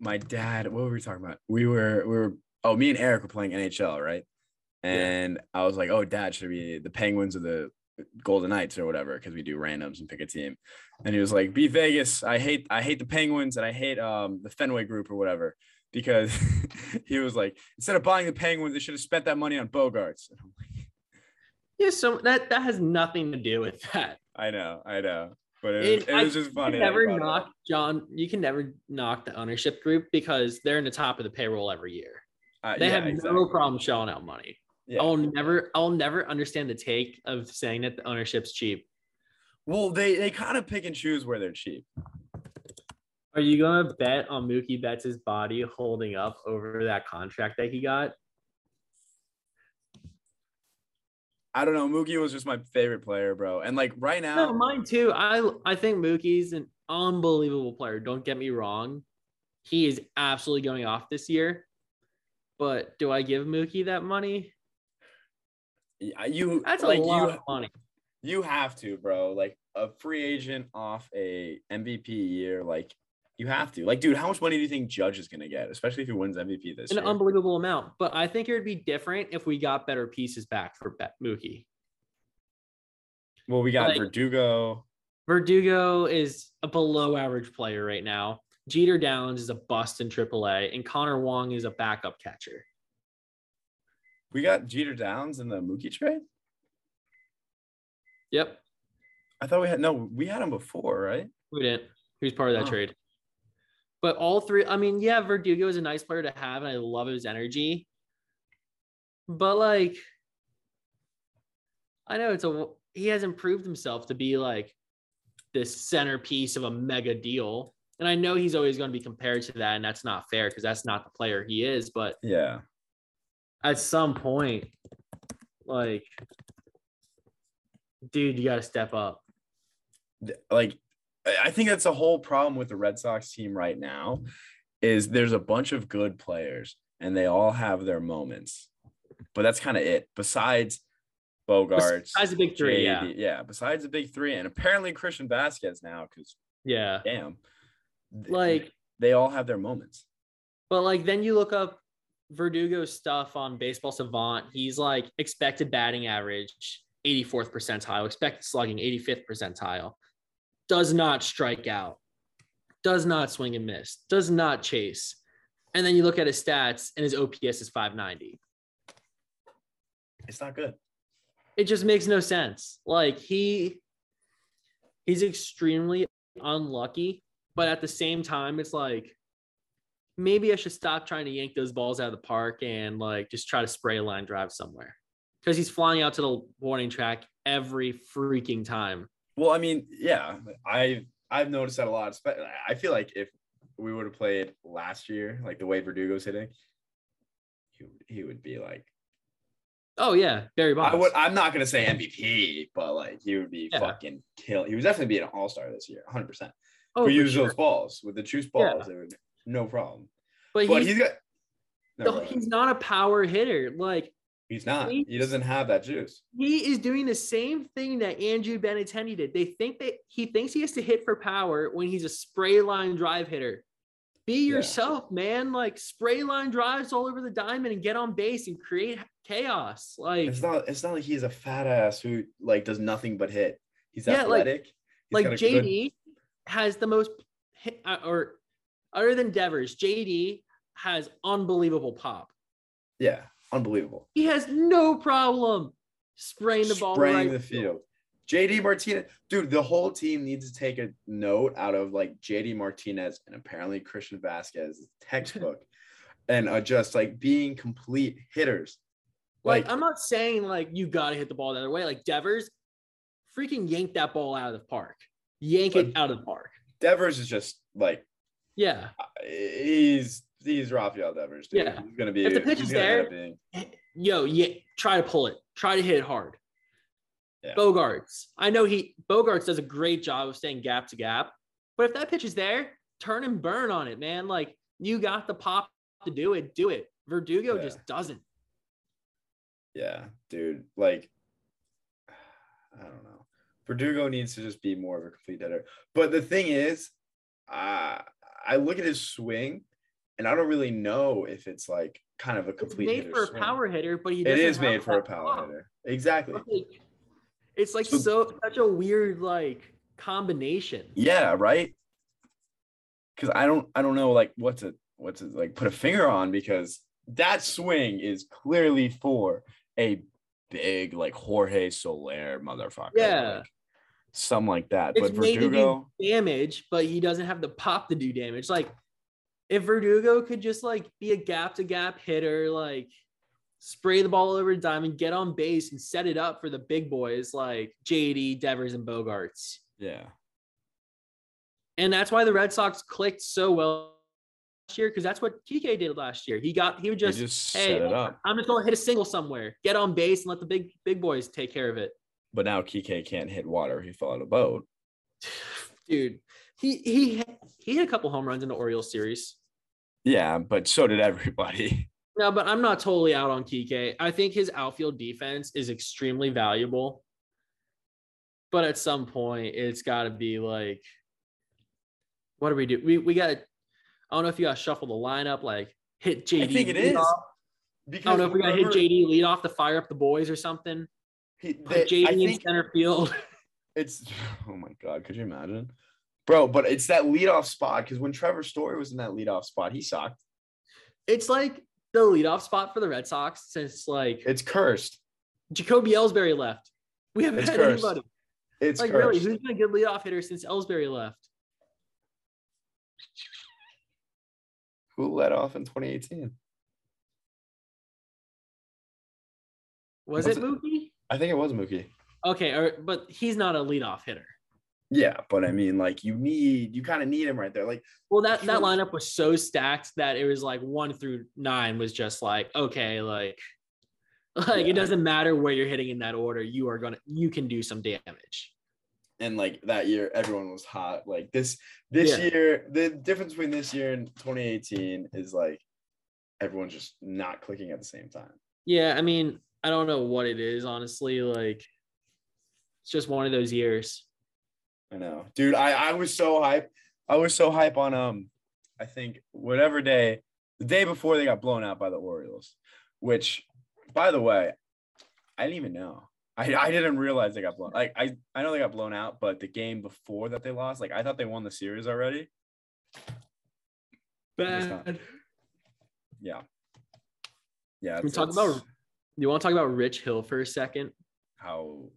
[SPEAKER 1] my dad, what were we talking about? We were, we were, oh, me and Eric were playing NHL, right? And I was like, oh, dad, should we the Penguins or the Golden Knights or whatever? Because we do randoms and pick a team. And he was like, be Vegas. I hate, I hate the Penguins and I hate um the Fenway Group or whatever. Because he was like, instead of buying the Penguins, they should have spent that money on Bogarts. And I'm like,
[SPEAKER 2] Yeah, so that that has nothing to do with that.
[SPEAKER 1] I know, I know. But it, was-
[SPEAKER 2] And
[SPEAKER 1] it
[SPEAKER 2] I-
[SPEAKER 1] was just funny.
[SPEAKER 2] You
[SPEAKER 1] that
[SPEAKER 2] can
[SPEAKER 1] he
[SPEAKER 2] never
[SPEAKER 1] brought it up.
[SPEAKER 2] knock John. You can never knock the ownership group because they're in the top of the payroll every year.
[SPEAKER 1] Uh,
[SPEAKER 2] They
[SPEAKER 1] yeah,
[SPEAKER 2] have
[SPEAKER 1] exactly.
[SPEAKER 2] no problem shelling out money.
[SPEAKER 1] Yeah.
[SPEAKER 2] I'll never, I'll never understand the take of saying that the ownership's cheap.
[SPEAKER 1] Well, they they kind of pick and choose where they're cheap.
[SPEAKER 2] Are you gonna bet on Mookie Betts' body holding up over that contract that he got?
[SPEAKER 1] I don't know. Mookie was just my favorite player, bro. And like right now,
[SPEAKER 2] No, mine too. I I think Mookie's an unbelievable player. Don't get me wrong. He is absolutely going off this year. But do I give Mookie that money?
[SPEAKER 1] y- you
[SPEAKER 2] That's a
[SPEAKER 1] like
[SPEAKER 2] lot
[SPEAKER 1] you
[SPEAKER 2] of money.
[SPEAKER 1] you have to, bro. Like a free agent off a MVP year, like you have to. Like, dude, how much money do you think Judge is gonna get, especially if he wins MVP this
[SPEAKER 2] an
[SPEAKER 1] year?
[SPEAKER 2] unbelievable amount. But I think it would be different if we got better pieces back for Bet- Mookie.
[SPEAKER 1] well, we got
[SPEAKER 2] like-
[SPEAKER 1] Verdugo.
[SPEAKER 2] Verdugo is a below average player right now. Jeter Downs is a bust in AAA, and Connor Wong is a backup catcher.
[SPEAKER 1] We got Jeter Downs in the Mookie trade.
[SPEAKER 2] Yep,
[SPEAKER 1] I thought we had no, we had him before, right?
[SPEAKER 2] we didn't. He was part of that
[SPEAKER 1] Oh.
[SPEAKER 2] trade. But all three, I mean, yeah, Verdugo is a nice player to have, and I love his energy. But like, I know it's a he hasn't proved himself to be like this centerpiece of a mega deal. And I know he's always going to be compared to that, and that's not fair because that's not the player he is. But
[SPEAKER 1] Yeah.
[SPEAKER 2] at some point, like, dude, you got to step up.
[SPEAKER 1] th- like I I think that's the whole problem with the Red Sox team right now is there's a bunch of good players and they all have their moments. But that's kind of it. Besides Bogarts,
[SPEAKER 2] Besides the big three, yeah,
[SPEAKER 1] JD yeah, besides the big three, and apparently Christian Vasquez now, because
[SPEAKER 2] yeah.
[SPEAKER 1] damn, th-
[SPEAKER 2] Like,
[SPEAKER 1] they all have their moments.
[SPEAKER 2] but like then you look up Verdugo's stuff on Baseball Savant. He's like expected batting average 84th percentile, expected slugging 85th percentile. Does not strike out. Does not swing and miss. Does not chase. And then you look at his stats, and his OPS is 590.
[SPEAKER 1] It's not good.
[SPEAKER 2] it just makes no sense. Like he he's extremely unlucky, but at the same time, it's like maybe I should stop trying to yank those balls out of the park and like just try to spray a line drive somewhere. Because he's flying out to the warning track every freaking time.
[SPEAKER 1] Well, I mean, yeah, I I've noticed that a lot. spe- I feel like if we would have played last year, like the way Verdugo's hitting, he would- he would be like
[SPEAKER 2] Oh yeah, Barry Bonds.
[SPEAKER 1] I would. I'm not gonna say MVP, but like he would be
[SPEAKER 2] Yeah.
[SPEAKER 1] fucking kill. He would definitely be an All Star this year, 100. percent
[SPEAKER 2] oh,
[SPEAKER 1] We
[SPEAKER 2] for
[SPEAKER 1] use
[SPEAKER 2] sure.
[SPEAKER 1] those balls with the juice
[SPEAKER 2] Yeah.
[SPEAKER 1] balls. They would no problem.
[SPEAKER 2] but
[SPEAKER 1] But
[SPEAKER 2] he's,
[SPEAKER 1] he's got. No,
[SPEAKER 2] the-
[SPEAKER 1] go ahead.
[SPEAKER 2] he's not a power hitter. Like
[SPEAKER 1] He's not. He doesn't have that juice.
[SPEAKER 2] He is doing the same thing that Andrew Benintendi did. They think that he thinks he has to hit for power when he's a spray line drive hitter. Be
[SPEAKER 1] Yeah.
[SPEAKER 2] yourself, man. Like spray line drives all over the diamond and get on base and create chaos. Like
[SPEAKER 1] It's not. It's not like he's a fat ass who like does nothing but hit. He's
[SPEAKER 2] Yeah, like-
[SPEAKER 1] athletic. He's
[SPEAKER 2] like
[SPEAKER 1] got a good-
[SPEAKER 2] JD has the most hit- uh, or other than Devers, JD has unbelievable pop.
[SPEAKER 1] yeah, unbelievable.
[SPEAKER 2] He has no problem spraying the ball
[SPEAKER 1] Spraying
[SPEAKER 2] right
[SPEAKER 1] the field. JD Martinez, dude. The whole team needs to take a note out of like JD Martinez and apparently Christian Vasquez textbook, and uh, just like being complete hitters.
[SPEAKER 2] Like,
[SPEAKER 1] Like-
[SPEAKER 2] I'm not saying like you gotta hit the ball the other way. Like Devers, freaking yank that ball out of the park. Yank it
[SPEAKER 1] But-
[SPEAKER 2] out of the park.
[SPEAKER 1] Devers is just like
[SPEAKER 2] Yeah.
[SPEAKER 1] he's he's Rafael Devers. Dude.
[SPEAKER 2] Yeah.
[SPEAKER 1] he's gonna be.
[SPEAKER 2] If the pitch
[SPEAKER 1] he's
[SPEAKER 2] is
[SPEAKER 1] gonna end
[SPEAKER 2] there-
[SPEAKER 1] up being-
[SPEAKER 2] Yo, yeah. Try to pull it. Try to hit it hard.
[SPEAKER 1] Yeah.
[SPEAKER 2] Bogarts. I know he Bogarts does a great job of staying gap to gap, but if that pitch is there, turn and burn on it, man. Like you got the pop to do it, do it. Verdugo
[SPEAKER 1] Yeah.
[SPEAKER 2] just doesn't.
[SPEAKER 1] yeah, dude. Like, I don't know. Verdugo needs to just be more of a complete hitter. But the thing is, uh, I look at his swing, and I don't really know if it's like kind of a
[SPEAKER 2] It's
[SPEAKER 1] complete.
[SPEAKER 2] made
[SPEAKER 1] hitter
[SPEAKER 2] for a
[SPEAKER 1] swing.
[SPEAKER 2] power hitter, but he
[SPEAKER 1] It
[SPEAKER 2] doesn't
[SPEAKER 1] is
[SPEAKER 2] have
[SPEAKER 1] made for a
[SPEAKER 2] that
[SPEAKER 1] power
[SPEAKER 2] pop.
[SPEAKER 1] hitter. Exactly.
[SPEAKER 2] Like, it's like
[SPEAKER 1] So-
[SPEAKER 2] so, such a weird like combination.
[SPEAKER 1] Yeah. Right. Because I don't, I don't know, like what to, what to like put a finger on because that swing is clearly for a big like Jorge Soler motherfucker.
[SPEAKER 2] Yeah.
[SPEAKER 1] like, something like that.
[SPEAKER 2] It's
[SPEAKER 1] but
[SPEAKER 2] made to be-
[SPEAKER 1] Verdugo.
[SPEAKER 2] Damage, but he doesn't have the pop to do damage. Like if Verdugo could just like be a gap to gap hitter, like spray the ball over to diamond, get on base and set it up for the big boys like JD, Devers, and Bogarts.
[SPEAKER 1] Yeah.
[SPEAKER 2] And that's why the Red Sox clicked so well last year, because that's what Kike did last year. He got he would
[SPEAKER 1] They
[SPEAKER 2] just,
[SPEAKER 1] just
[SPEAKER 2] hey,
[SPEAKER 1] set it up.
[SPEAKER 2] I'm just gonna hit a single somewhere, get on base and let the big big boys take care of it.
[SPEAKER 1] But now Kike can't hit water. He fell out of boat.
[SPEAKER 2] dude he he he hit a couple home runs in the Orioles series.
[SPEAKER 1] Yeah, but so did everybody.
[SPEAKER 2] No, but I'm not totally out on Kike. I think his outfield defense is extremely valuable. But at some point, it's got to be like, what do we do? We we got. to I don't know if you got to shuffle the lineup, like hit JD.
[SPEAKER 1] I think it
[SPEAKER 2] lead
[SPEAKER 1] is.
[SPEAKER 2] off. I
[SPEAKER 1] Because
[SPEAKER 2] don't know Oh, if we got to hit
[SPEAKER 1] whoever-
[SPEAKER 2] JD lead off to fire up the boys or something.
[SPEAKER 1] he-
[SPEAKER 2] Put
[SPEAKER 1] they-
[SPEAKER 2] JD
[SPEAKER 1] I
[SPEAKER 2] in
[SPEAKER 1] think
[SPEAKER 2] center field.
[SPEAKER 1] it's oh my god, could you imagine? Bro, but it's that leadoff spot because when Trevor Story was in that leadoff spot, he sucked.
[SPEAKER 2] It's like the leadoff spot for the Red Sox since like
[SPEAKER 1] It's cursed.
[SPEAKER 2] Jacoby Ellsbury left. We haven't
[SPEAKER 1] It's
[SPEAKER 2] had
[SPEAKER 1] cursed.
[SPEAKER 2] anybody.
[SPEAKER 1] It's
[SPEAKER 2] like really,
[SPEAKER 1] cursed.
[SPEAKER 2] who's been a good leadoff hitter since Ellsbury left?
[SPEAKER 1] Who let off in 2018?
[SPEAKER 2] Was
[SPEAKER 1] Was
[SPEAKER 2] it
[SPEAKER 1] it-
[SPEAKER 2] Mookie?
[SPEAKER 1] I think it was Mookie.
[SPEAKER 2] Okay, or, but he's not a leadoff hitter.
[SPEAKER 1] Yeah, but I mean, like you need you kind of need him right there. Like
[SPEAKER 2] Well, that that
[SPEAKER 1] Sure.
[SPEAKER 2] lineup was so stacked that it was like one through nine was just like okay, like like
[SPEAKER 1] Yeah.
[SPEAKER 2] it doesn't matter where you're hitting in that order, you are gonna you can do some damage.
[SPEAKER 1] and like that year everyone was hot like this this
[SPEAKER 2] Yeah.
[SPEAKER 1] year the difference between this year and 2018 is like everyone's just not clicking at the same time
[SPEAKER 2] Yeah, I mean, I don't know what it is honestly. Like, it's just one of those years.
[SPEAKER 1] i know dude i i was so hype i was so hype on um i think whatever day the day before they got blown out by the orioles which by the way i didn't even know I, I didn't realize they got blown. Like I, I know they got blown out, but the game before that they lost, like I thought they won the series already. guess not.
[SPEAKER 2] Bad.
[SPEAKER 1] Yeah. Yeah.
[SPEAKER 2] we
[SPEAKER 1] it's-
[SPEAKER 2] talk
[SPEAKER 1] it's-
[SPEAKER 2] about- You want to talk about Rich Hill for a second?
[SPEAKER 1] how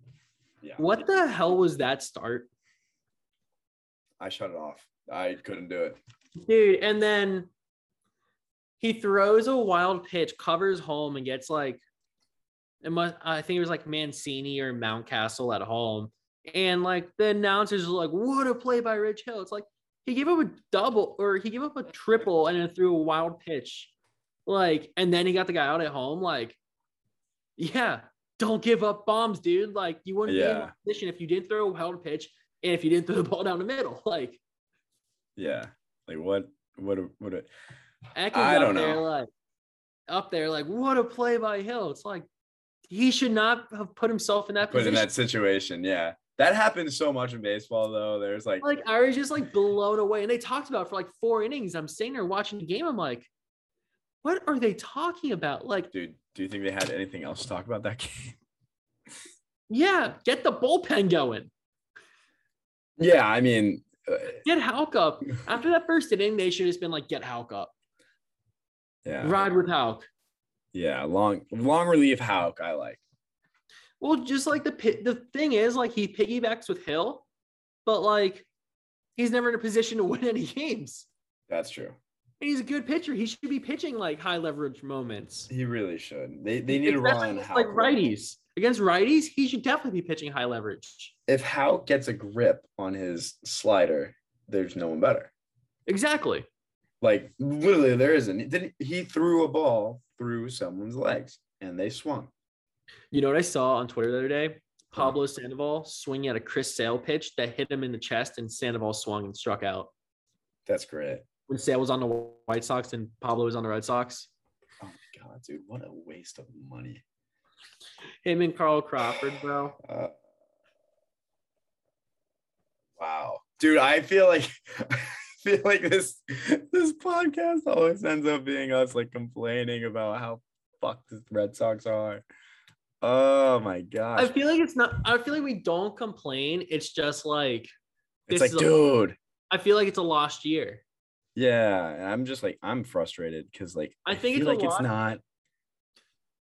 [SPEAKER 1] yeah
[SPEAKER 2] What the hell was that start?
[SPEAKER 1] i shut it off i couldn't do it
[SPEAKER 2] dude. And then he throws a wild pitch, covers home, and gets like, it must. I think it was like Mancini or Mountcastle at home, and like the announcers are like, "What a play by Rich Hill!" It's like he gave up a double or he gave up a triple and then threw a wild pitch, like, and then he got the guy out at home. Like, yeah, don't give up bombs, dude. Like you wouldn't be in
[SPEAKER 1] Yeah.
[SPEAKER 2] that position if you didn't throw a wild pitch and if you didn't throw the ball down the middle, like.
[SPEAKER 1] yeah like what what a- what a-
[SPEAKER 2] Eckler's
[SPEAKER 1] I
[SPEAKER 2] up
[SPEAKER 1] don't
[SPEAKER 2] there
[SPEAKER 1] know.
[SPEAKER 2] like up there like what a play by Hill. It's like he should not have put himself in that
[SPEAKER 1] But in
[SPEAKER 2] position.
[SPEAKER 1] that situation, yeah. That happens so much in baseball though. There's like
[SPEAKER 2] like I was just like blown away. And they talked about it for like four innings. I'm sitting there watching the game. I'm like, what are they talking about? Like,
[SPEAKER 1] dude, do you think they had anything else to talk about that game?
[SPEAKER 2] yeah, get the bullpen going.
[SPEAKER 1] Yeah, I mean, uh,
[SPEAKER 2] Get Hulk up. After that first inning, they should have just been like, get Hulk up.
[SPEAKER 1] yeah.
[SPEAKER 2] Ride with Hulk.
[SPEAKER 1] Yeah, long long relief Hauk I like.
[SPEAKER 2] Well, just like the pi- the thing is, like he piggybacks with Hill, but like he's never in a position to win any games.
[SPEAKER 1] That's true.
[SPEAKER 2] And he's a good pitcher. He should be pitching like high leverage moments.
[SPEAKER 1] He really should. They they need to
[SPEAKER 2] Especially
[SPEAKER 1] rely on
[SPEAKER 2] against,
[SPEAKER 1] Hauk.
[SPEAKER 2] like righties. Against righties, he should definitely be pitching high leverage.
[SPEAKER 1] If Hauk gets a grip on his slider, there's no one better.
[SPEAKER 2] Exactly.
[SPEAKER 1] Like literally, there isn't. Didn't he threw a ball through someone's legs and they swung?
[SPEAKER 2] You know what I saw on Twitter the other day? Pablo Sandoval swinging at a Chris Sale pitch that hit him in the chest, and Sandoval swung and struck out.
[SPEAKER 1] That's great.
[SPEAKER 2] When Sale was on the White Sox and Pablo was on the Red Sox,
[SPEAKER 1] Oh my god, dude, what a waste of money.
[SPEAKER 2] him and Carl Crawford, bro.
[SPEAKER 1] Uh, wow, dude, I feel like I feel like this this podcast always ends up being us like complaining about how fucked the Red Sox are. Oh my
[SPEAKER 2] I
[SPEAKER 1] gosh,
[SPEAKER 2] feel like it's not. I feel like we don't complain. It's just like this
[SPEAKER 1] it's like,
[SPEAKER 2] is a-
[SPEAKER 1] dude,
[SPEAKER 2] I feel like it's a lost year.
[SPEAKER 1] yeah. and I'm just like I'm frustrated because like
[SPEAKER 2] I think it's
[SPEAKER 1] feel
[SPEAKER 2] a
[SPEAKER 1] like it's
[SPEAKER 2] lot.
[SPEAKER 1] not,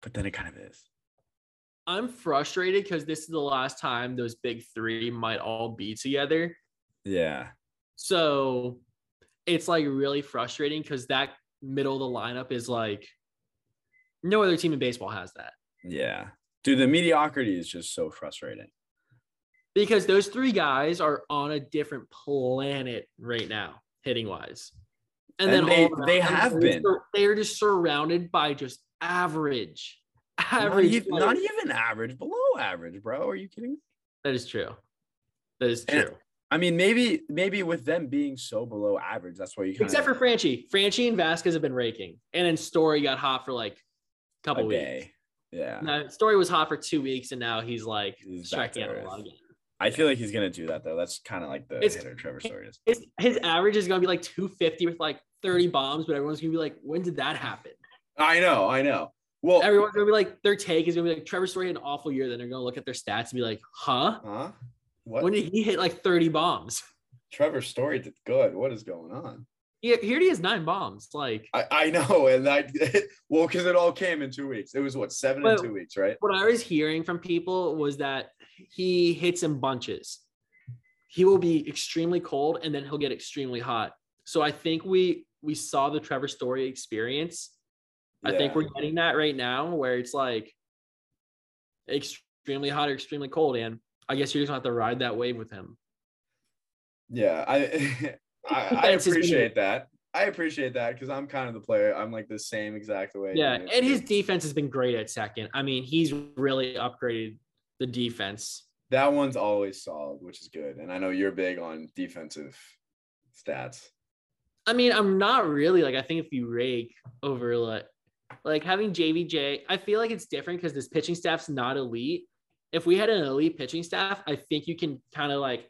[SPEAKER 1] but then it kind of is.
[SPEAKER 2] I'm frustrated because this is the last time those big three might all be together.
[SPEAKER 1] Yeah,
[SPEAKER 2] So it's like really frustrating because that middle of the lineup is like no other team in baseball has that
[SPEAKER 1] yeah, dude, the mediocrity is just so frustrating.
[SPEAKER 2] because those three guys are on a different planet right now, hitting wise. And,
[SPEAKER 1] And
[SPEAKER 2] then
[SPEAKER 1] they-
[SPEAKER 2] all around
[SPEAKER 1] they
[SPEAKER 2] them,
[SPEAKER 1] have
[SPEAKER 2] they're
[SPEAKER 1] been.
[SPEAKER 2] sur- They are just surrounded by just average,
[SPEAKER 1] Not
[SPEAKER 2] average.
[SPEAKER 1] even,
[SPEAKER 2] players.
[SPEAKER 1] not even average, below average, bro. Are you kidding me?
[SPEAKER 2] that is true. That is true.
[SPEAKER 1] And- I mean, maybe maybe with them being so below average, that's why you kind
[SPEAKER 2] Except for Franchi. Franchi and Vasquez have been raking. And then Story got hot for like a couple
[SPEAKER 1] a
[SPEAKER 2] weeks.
[SPEAKER 1] day. Yeah,
[SPEAKER 2] Now, Story was hot for two weeks, and now he's like
[SPEAKER 1] He's back to
[SPEAKER 2] striking out a
[SPEAKER 1] earth.
[SPEAKER 2] lot again.
[SPEAKER 1] I feel like he's gonna do that though. That's kind of like the
[SPEAKER 2] It's-
[SPEAKER 1] hitter Trevor Story is.
[SPEAKER 2] His, his average is going to be like 250 with like 30 bombs, but everyone's going to be like, when did that happen?
[SPEAKER 1] I know, I know. Well,
[SPEAKER 2] Everyone's going to be like, their take is going to be like, Trevor Story had an awful year. Then they're going to look at their stats and be like, huh?
[SPEAKER 1] huh? What?
[SPEAKER 2] When did he hit like 30 bombs?
[SPEAKER 1] Trevor Story did good. What is going on?
[SPEAKER 2] Yeah, here he has nine bombs. Like,
[SPEAKER 1] I, I know, and I well, because it all came in two weeks. It was what seven in
[SPEAKER 2] But-
[SPEAKER 1] two weeks, right?
[SPEAKER 2] what I was hearing from people was that he hits in bunches. He will be extremely cold and then he'll get extremely hot. So I think we we saw the Trevor Story experience. I think
[SPEAKER 1] Yeah.
[SPEAKER 2] we're getting that right now where it's like extremely hot or extremely cold. And I guess you're just gonna have to ride that wave with him.
[SPEAKER 1] Yeah, I I, I
[SPEAKER 2] That's his
[SPEAKER 1] appreciate that. I appreciate that because I'm kind of the player. I'm like the same exact way.
[SPEAKER 2] Yeah.
[SPEAKER 1] you know,
[SPEAKER 2] And his defense has been great at second. I mean, he's really upgraded the defense.
[SPEAKER 1] that one's always solid, which is good. And I know you're big on defensive stats.
[SPEAKER 2] I mean, I'm not really like I think if you rake over like like having JVJ, I feel like it's different because this pitching staff's not elite. If we had an elite pitching staff, I think you can kind of like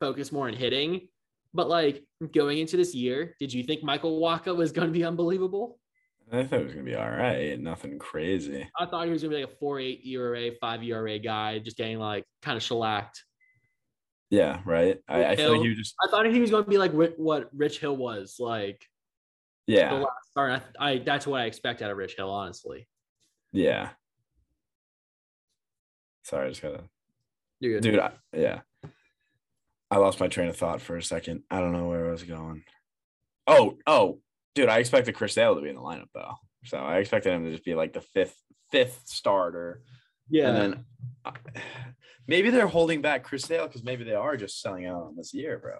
[SPEAKER 2] focus more on hitting. But like going into this year, did you think Michael Waka was going to be unbelievable?
[SPEAKER 1] I thought it was gonna be all right, nothing crazy.
[SPEAKER 2] I thought he was going to be like a 4.8 ERA, 5 ERA guy, just getting like kind of shellacked.
[SPEAKER 1] Yeah, right. I, I feel like
[SPEAKER 2] Hill.
[SPEAKER 1] you just
[SPEAKER 2] I thought he was going to be like what- what Rich Hill was like. The
[SPEAKER 1] yeah,
[SPEAKER 2] last start, I, I that's what I expect out of Rich Hill, honestly.
[SPEAKER 1] yeah. Sorry, I just gotta
[SPEAKER 2] You're good.
[SPEAKER 1] dude. I, yeah, I lost my train of thought for a second. I don't know where I was going. Oh, oh, dude, I expected Chris Sale to be in the lineup though, so I expected him to just be like the fifth fifth starter.
[SPEAKER 2] yeah.
[SPEAKER 1] And then uh, maybe they're holding back Chris Sale because maybe they are just selling out on this year, bro.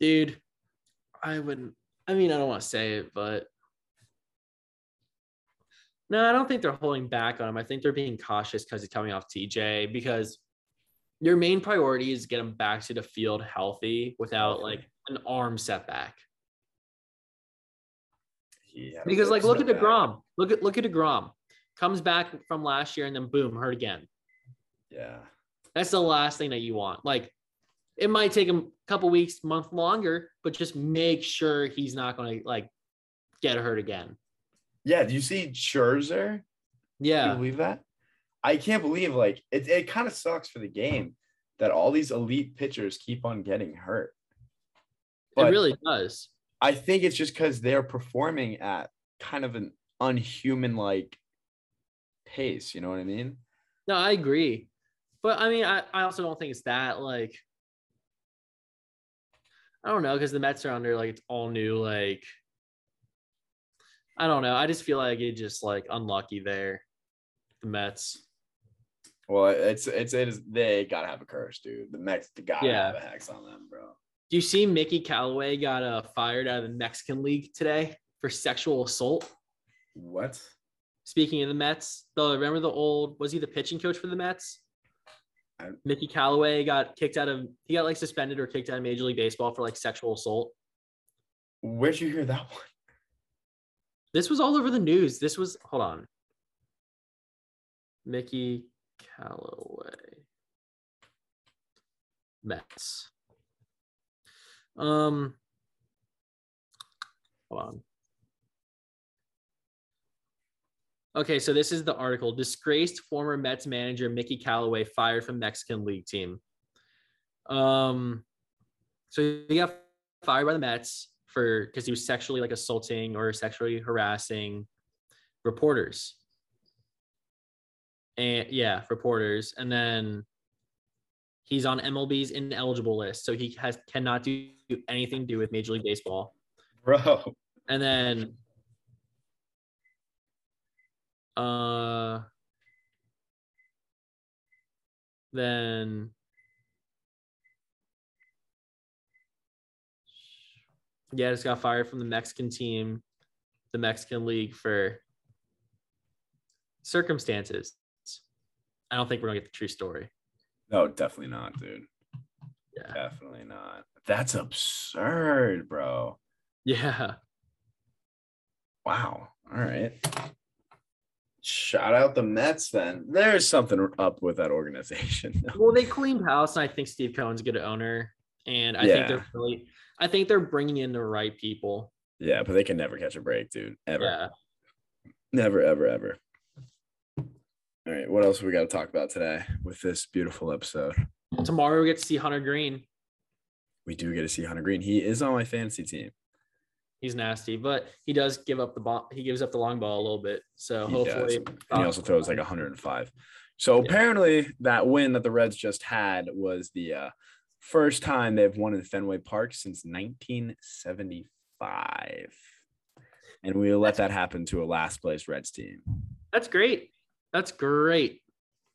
[SPEAKER 2] dude i wouldn't i mean i don't want to say it but no i don't think they're holding back on him i think they're being cautious because he's coming off tj because your main priority is get him back to the field healthy without like an arm setback
[SPEAKER 1] He had a
[SPEAKER 2] because
[SPEAKER 1] bit
[SPEAKER 2] like
[SPEAKER 1] of
[SPEAKER 2] look at
[SPEAKER 1] setback.
[SPEAKER 2] DeGrom. Look at look at DeGrom. comes back from last year and then boom, hurt again.
[SPEAKER 1] Yeah.
[SPEAKER 2] That's the last thing that you want. Like it might take him a couple weeks, month longer, but just make sure he's not going to like get hurt again.
[SPEAKER 1] Yeah. Do you see Scherzer? Can you
[SPEAKER 2] Yeah.
[SPEAKER 1] believe that? I can't believe like it, it kind of sucks for the game that all these elite pitchers keep on getting hurt.
[SPEAKER 2] it
[SPEAKER 1] But
[SPEAKER 2] really does.
[SPEAKER 1] I think it's just because they're performing at kind of an unhuman like pace. You know what I mean?
[SPEAKER 2] No, I agree. But I mean, I, I also don't think it's that like I don't know, because the Mets are under like it's all new, like I don't know. I just feel like it just like unlucky there. The Mets.
[SPEAKER 1] Well, it's it's it is they gotta have a curse, dude. The Mets gotta
[SPEAKER 2] Yeah.
[SPEAKER 1] have a hex on them, bro.
[SPEAKER 2] Do you see Mickey Callaway got uh, fired out of the Mexican League today for sexual assault?
[SPEAKER 1] What?
[SPEAKER 2] Speaking of the Mets, though, remember the old was he the pitching coach for the Mets?
[SPEAKER 1] I-
[SPEAKER 2] Mickey Callaway got kicked out of he got like suspended or kicked out of Major League Baseball for like sexual assault.
[SPEAKER 1] Where'd you hear that one?
[SPEAKER 2] This was all over the news. This was hold on. Mickey Callaway. Mets. Um hold on. Okay, so this is the article. Disgraced former Mets manager Mickey Callaway fired from Mexican League team. Um so he got fired by the Mets for because he was sexually like assaulting or sexually harassing reporters. And yeah, reporters. And then he's on MLB's ineligible list. So he has cannot do anything to do with Major League Baseball.
[SPEAKER 1] Bro.
[SPEAKER 2] And then uh then yeah, just got fired from the Mexican team, the Mexican league for circumstances. I don't think we're gonna get the true story.
[SPEAKER 1] No, definitely not, dude.
[SPEAKER 2] Yeah.
[SPEAKER 1] Definitely not. That's absurd, bro.
[SPEAKER 2] Yeah.
[SPEAKER 1] Wow. All right. Shout out the Mets then. There's something up with that organization.
[SPEAKER 2] Well, they cleaned house, and I think Steve Cohen's a good owner. And I think
[SPEAKER 1] Yeah.
[SPEAKER 2] they're really, I think they're bringing in the right people.
[SPEAKER 1] yeah, but they can never catch a break, dude. Ever.
[SPEAKER 2] Yeah.
[SPEAKER 1] Never, ever, ever. All right. What else we got to talk about today with this beautiful episode?
[SPEAKER 2] Tomorrow we get to see Hunter Green.
[SPEAKER 1] We do get to see Hunter Green. He is on my fantasy team.
[SPEAKER 2] He's nasty, but he does give up the ball. He gives up the long ball a little bit. So
[SPEAKER 1] He does.
[SPEAKER 2] hopefully,
[SPEAKER 1] And he also throws like 105.
[SPEAKER 2] Uh,
[SPEAKER 1] So
[SPEAKER 2] Yeah.
[SPEAKER 1] apparently, that win that the Reds just had was the uh, first time they've won in Fenway Park since 1975. And we let that happen to a last place Reds team.
[SPEAKER 2] that's great. That's great.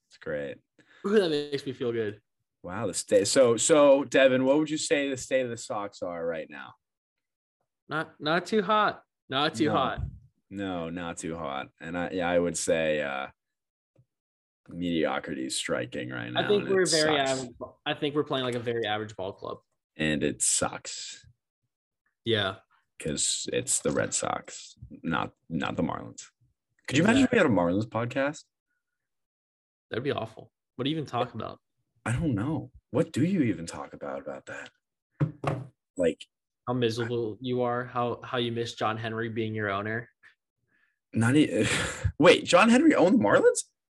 [SPEAKER 1] It's great.
[SPEAKER 2] Ooh, that makes me feel good.
[SPEAKER 1] Wow. The state. So, so Devin, what would you say the state of the Sox are right now?
[SPEAKER 2] Not not too hot. Not too
[SPEAKER 1] No.
[SPEAKER 2] hot.
[SPEAKER 1] No, not too hot. And I yeah, I would say uh mediocrity is striking right now.
[SPEAKER 2] I think
[SPEAKER 1] and it
[SPEAKER 2] we're very.
[SPEAKER 1] sucks.
[SPEAKER 2] Average, I think we're playing like a very average ball club.
[SPEAKER 1] and it sucks
[SPEAKER 2] Yeah.
[SPEAKER 1] because it's the Red Sox, not not the Marlins. Could you imagine if we had a Marlins podcast?
[SPEAKER 2] That'd be awful. What do you even talk about?
[SPEAKER 1] I don't know. What do you even talk about about that? Like
[SPEAKER 2] How miserable you are. How how you miss John Henry being your owner.
[SPEAKER 1] not e- wait, John Henry owned the Marlins?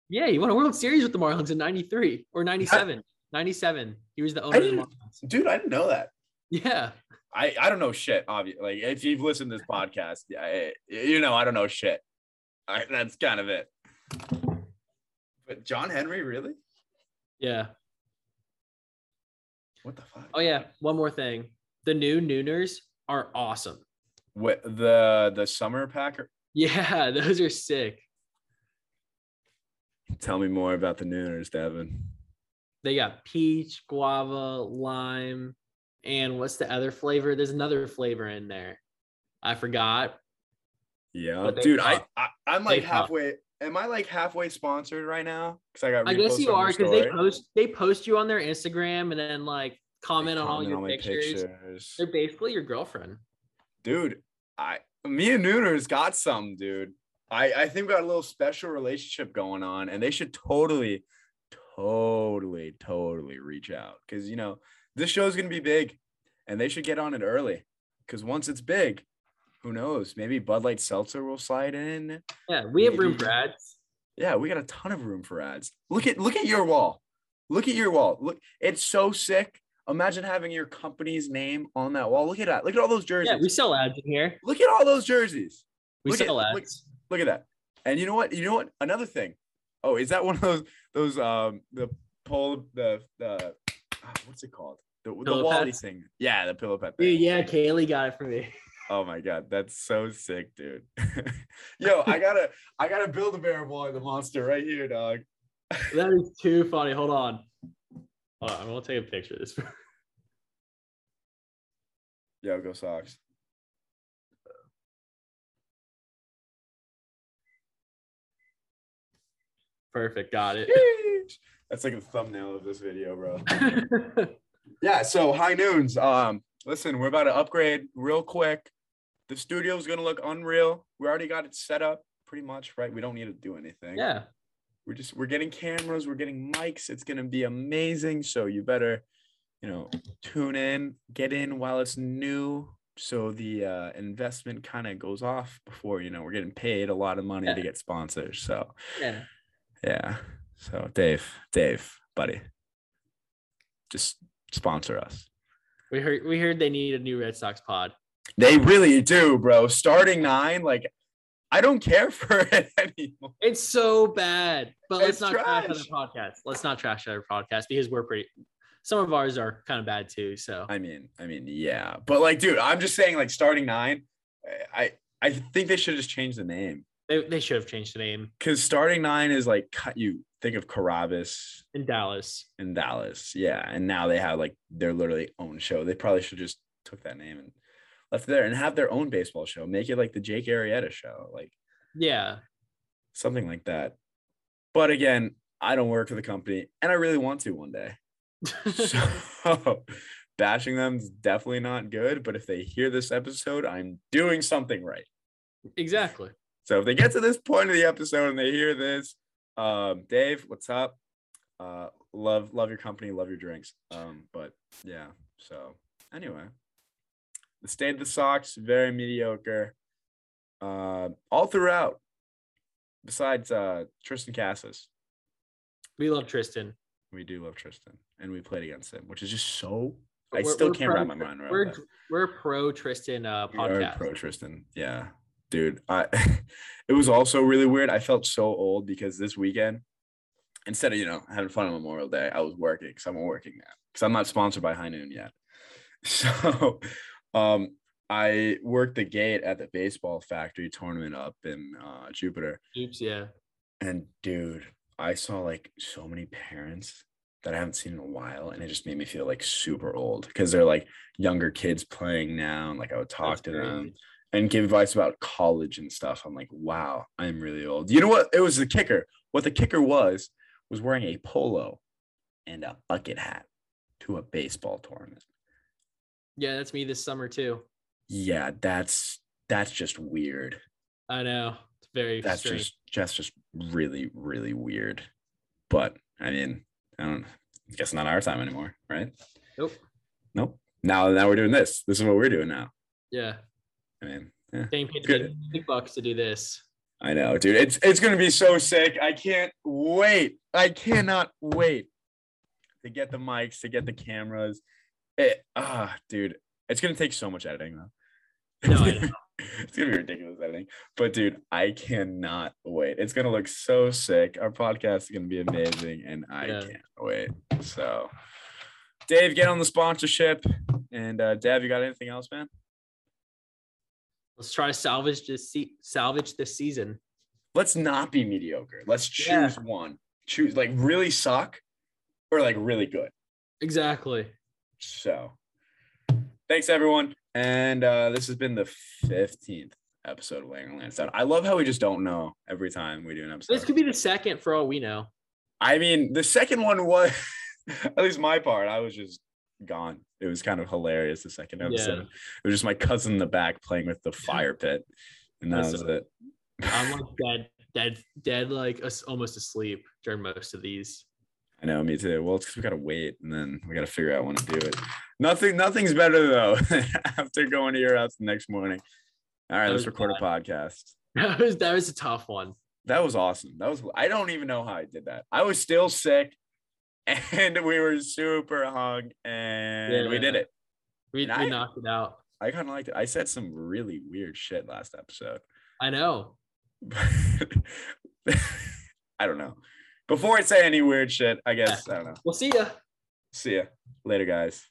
[SPEAKER 2] Yeah, he won a World Series with the Marlins in '93 or '97. '97. He was the owner.
[SPEAKER 1] I
[SPEAKER 2] of the
[SPEAKER 1] didn't-
[SPEAKER 2] Marlins.
[SPEAKER 1] Dude, I didn't know that.
[SPEAKER 2] Yeah.
[SPEAKER 1] I, I don't know shit. Obviously, like if you've listened to this podcast, I, you know I don't know shit. I, that's kind of it. But John Henry, really?
[SPEAKER 2] Yeah.
[SPEAKER 1] What the fuck?
[SPEAKER 2] Oh yeah, one more thing. The new Nooners are awesome.
[SPEAKER 1] What the the summer packer?
[SPEAKER 2] Yeah, those are sick.
[SPEAKER 1] Tell me more about the Nooners, Devin.
[SPEAKER 2] They got peach, guava, lime, and what's the other flavor? There's another flavor in there. I forgot.
[SPEAKER 1] Yeah,
[SPEAKER 2] But they
[SPEAKER 1] dude, I,
[SPEAKER 2] suck.
[SPEAKER 1] I I'm like
[SPEAKER 2] They suck.
[SPEAKER 1] halfway. Am I like halfway sponsored right now? Because I got.
[SPEAKER 2] I guess
[SPEAKER 1] reposts
[SPEAKER 2] you
[SPEAKER 1] on
[SPEAKER 2] are
[SPEAKER 1] your
[SPEAKER 2] because they
[SPEAKER 1] story.
[SPEAKER 2] post they post you on their Instagram and then like comment on all
[SPEAKER 1] Comment
[SPEAKER 2] your
[SPEAKER 1] my
[SPEAKER 2] pictures.
[SPEAKER 1] pictures.
[SPEAKER 2] They're basically your girlfriend.
[SPEAKER 1] dude. I me and Nooners got some, dude. I, I think we got a little special relationship going on, and they should totally, totally, totally reach out because you know this show's gonna be big, and they should get on it early because once it's big, who knows? Maybe Bud Light Seltzer will slide in.
[SPEAKER 2] Yeah, we have room
[SPEAKER 1] Maybe.
[SPEAKER 2] for ads.
[SPEAKER 1] Yeah, we got a ton of room for ads. Look at look at your wall. Look at your wall. Look, it's so sick. Imagine having your company's name on that wall. Look at that. Look at all those jerseys.
[SPEAKER 2] Yeah, we sell ads in here.
[SPEAKER 1] look at all those jerseys.
[SPEAKER 2] We
[SPEAKER 1] Look at-
[SPEAKER 2] sell
[SPEAKER 1] look-
[SPEAKER 2] ads.
[SPEAKER 1] Look at that. And you know what? You know what? Another thing. Oh, is that one of those those um the pole the the ah, what's it called? The, the
[SPEAKER 2] Pillow
[SPEAKER 1] Wally
[SPEAKER 2] pets?
[SPEAKER 1] thing. Yeah, the pillow pet. thing.
[SPEAKER 2] Dude, yeah, Kaylee got it for me.
[SPEAKER 1] Oh my god, that's so sick, dude. Yo, I gotta I gotta build a bear boy the monster right here, dog.
[SPEAKER 2] That is too funny. Hold on. Hold on, I'm gonna take a picture of this.
[SPEAKER 1] Yo, go socks.
[SPEAKER 2] Perfect, got it.
[SPEAKER 1] That's like a thumbnail of this video, bro. yeah, so high noons. Um, listen, we're about to upgrade real quick. The studio's gonna look unreal. We already got it set up pretty much, right? We don't need to do anything.
[SPEAKER 2] yeah,
[SPEAKER 1] We're just we're getting cameras, we're getting mics. It's gonna be amazing. So you better, you know, tune in, get in while it's new. So the uh, investment kind of goes off before you know we're getting paid a lot of money to
[SPEAKER 2] Yeah.
[SPEAKER 1] get sponsors. So
[SPEAKER 2] yeah.
[SPEAKER 1] yeah. So Dave, Dave, buddy, just sponsor us.
[SPEAKER 2] We heard we heard they need a new Red Sox pod.
[SPEAKER 1] They really do, bro. Starting nine, like I don't care for it anymore.
[SPEAKER 2] It's so bad. But
[SPEAKER 1] It's
[SPEAKER 2] let's not trash
[SPEAKER 1] trash.
[SPEAKER 2] other podcasts. Let's not trash other podcasts because we're pretty some of ours are kind of bad too. So
[SPEAKER 1] I mean, I mean, yeah, but like, dude, I'm just saying, like, starting nine, I I think they should just change the name
[SPEAKER 2] they, they should have changed the name
[SPEAKER 1] because starting nine is like cut. You think of Carabas
[SPEAKER 2] in Dallas.
[SPEAKER 1] in Dallas, yeah, and now they have like their literally own show. They probably should just took that name and left it there and have their own baseball show. Make it like the Jake Arrieta show, like.
[SPEAKER 2] Yeah.
[SPEAKER 1] something like that. But again, I don't work for the company and I really want to one day. So bashing them is definitely not good. But if they hear this episode, I'm doing something right.
[SPEAKER 2] exactly.
[SPEAKER 1] So if they get to this point of the episode and they hear this, um, Dave, what's up? Uh, love, love your company, love your drinks. Um, but yeah, so anyway, the state of the Sox very mediocre, uh, all throughout. Besides uh, Tristan Cassis,
[SPEAKER 2] We love Tristan.
[SPEAKER 1] we do love Tristan, and we played against him, which is just so.
[SPEAKER 2] But
[SPEAKER 1] I
[SPEAKER 2] we're-
[SPEAKER 1] still
[SPEAKER 2] we're
[SPEAKER 1] can't wrap my
[SPEAKER 2] pro-
[SPEAKER 1] mind around.
[SPEAKER 2] We're
[SPEAKER 1] that.
[SPEAKER 2] we're pro Tristan uh
[SPEAKER 1] We are
[SPEAKER 2] podcast.
[SPEAKER 1] Pro Tristan. Yeah. Dude, I it was also really weird. I felt so old because this weekend, instead of you know having fun on Memorial Day, I was working because I'm working now. Because I'm not sponsored by High Noon yet. So um I worked the gate at the baseball factory tournament up in uh Jupiter.
[SPEAKER 2] Oops, yeah.
[SPEAKER 1] And dude, I saw like so many parents that I haven't seen in a while, and it just made me feel like super old because they're like younger kids playing now. And like I would talk
[SPEAKER 2] That's
[SPEAKER 1] to
[SPEAKER 2] crazy.
[SPEAKER 1] them and give advice about college and stuff. I'm like, wow, I'm really old. You know what? It was the kicker. What the kicker was was wearing a polo and a bucket hat to a baseball tournament.
[SPEAKER 2] Yeah, that's me this summer too.
[SPEAKER 1] Yeah, that's that's just weird.
[SPEAKER 2] I know. It's very
[SPEAKER 1] that's
[SPEAKER 2] strange.
[SPEAKER 1] just that's just really really weird but i mean i don't I guess not our time anymore right
[SPEAKER 2] Nope.
[SPEAKER 1] nope now now we're doing this this is what we're doing now
[SPEAKER 2] yeah.
[SPEAKER 1] i mean yeah,
[SPEAKER 2] Getting paid
[SPEAKER 1] Good.
[SPEAKER 2] big, big bucks to do this.
[SPEAKER 1] i know dude it's it's gonna be so sick i can't wait i cannot wait to get the mics to get the cameras it ah dude it's gonna take so much editing though
[SPEAKER 2] No, I know.
[SPEAKER 1] it's gonna be ridiculous editing. But dude, I cannot wait. It's gonna look so sick. Our podcast is gonna be amazing, and I
[SPEAKER 2] Yeah.
[SPEAKER 1] can't wait. So, Dave, get on the sponsorship. And uh, Dav, you got anything else, man?
[SPEAKER 2] Let's try to salvage this se- salvage this season.
[SPEAKER 1] Let's not be mediocre. Let's choose
[SPEAKER 2] Yeah.
[SPEAKER 1] one. Choose like really suck or like really good.
[SPEAKER 2] Exactly.
[SPEAKER 1] So, thanks everyone. And uh, this has been the fifteenth episode of Laying Lance Down. I love how we just don't know every time we do an episode.
[SPEAKER 2] This could be the second for all we know.
[SPEAKER 1] I mean, the second one was at least my part. I was just gone. It was kind of hilarious. The second
[SPEAKER 2] Yeah.
[SPEAKER 1] episode, it was just my cousin in the back playing with the fire pit, and that
[SPEAKER 2] That's
[SPEAKER 1] was
[SPEAKER 2] so-
[SPEAKER 1] it.
[SPEAKER 2] I'm like dead, dead, dead, like as- almost asleep during most of these.
[SPEAKER 1] I know, me too. Well, it's 'cause we gotta wait, and then we gotta figure out when to do it. Nothing, nothing's better though. than after going to your house the next morning. All right,
[SPEAKER 2] That
[SPEAKER 1] let's
[SPEAKER 2] was
[SPEAKER 1] record a podcast.
[SPEAKER 2] That was that was a tough one.
[SPEAKER 1] That was awesome. That was. I don't even know how I did that. I was still sick, and we were super hung, and we did
[SPEAKER 2] Yeah.
[SPEAKER 1] it.
[SPEAKER 2] We,
[SPEAKER 1] And
[SPEAKER 2] we
[SPEAKER 1] I-
[SPEAKER 2] knocked it out.
[SPEAKER 1] I kind of liked it. I said some really weird shit last episode.
[SPEAKER 2] I know.
[SPEAKER 1] I don't know. Before I say any weird shit, I guess I don't know.
[SPEAKER 2] We'll see ya.
[SPEAKER 1] See ya later, guys.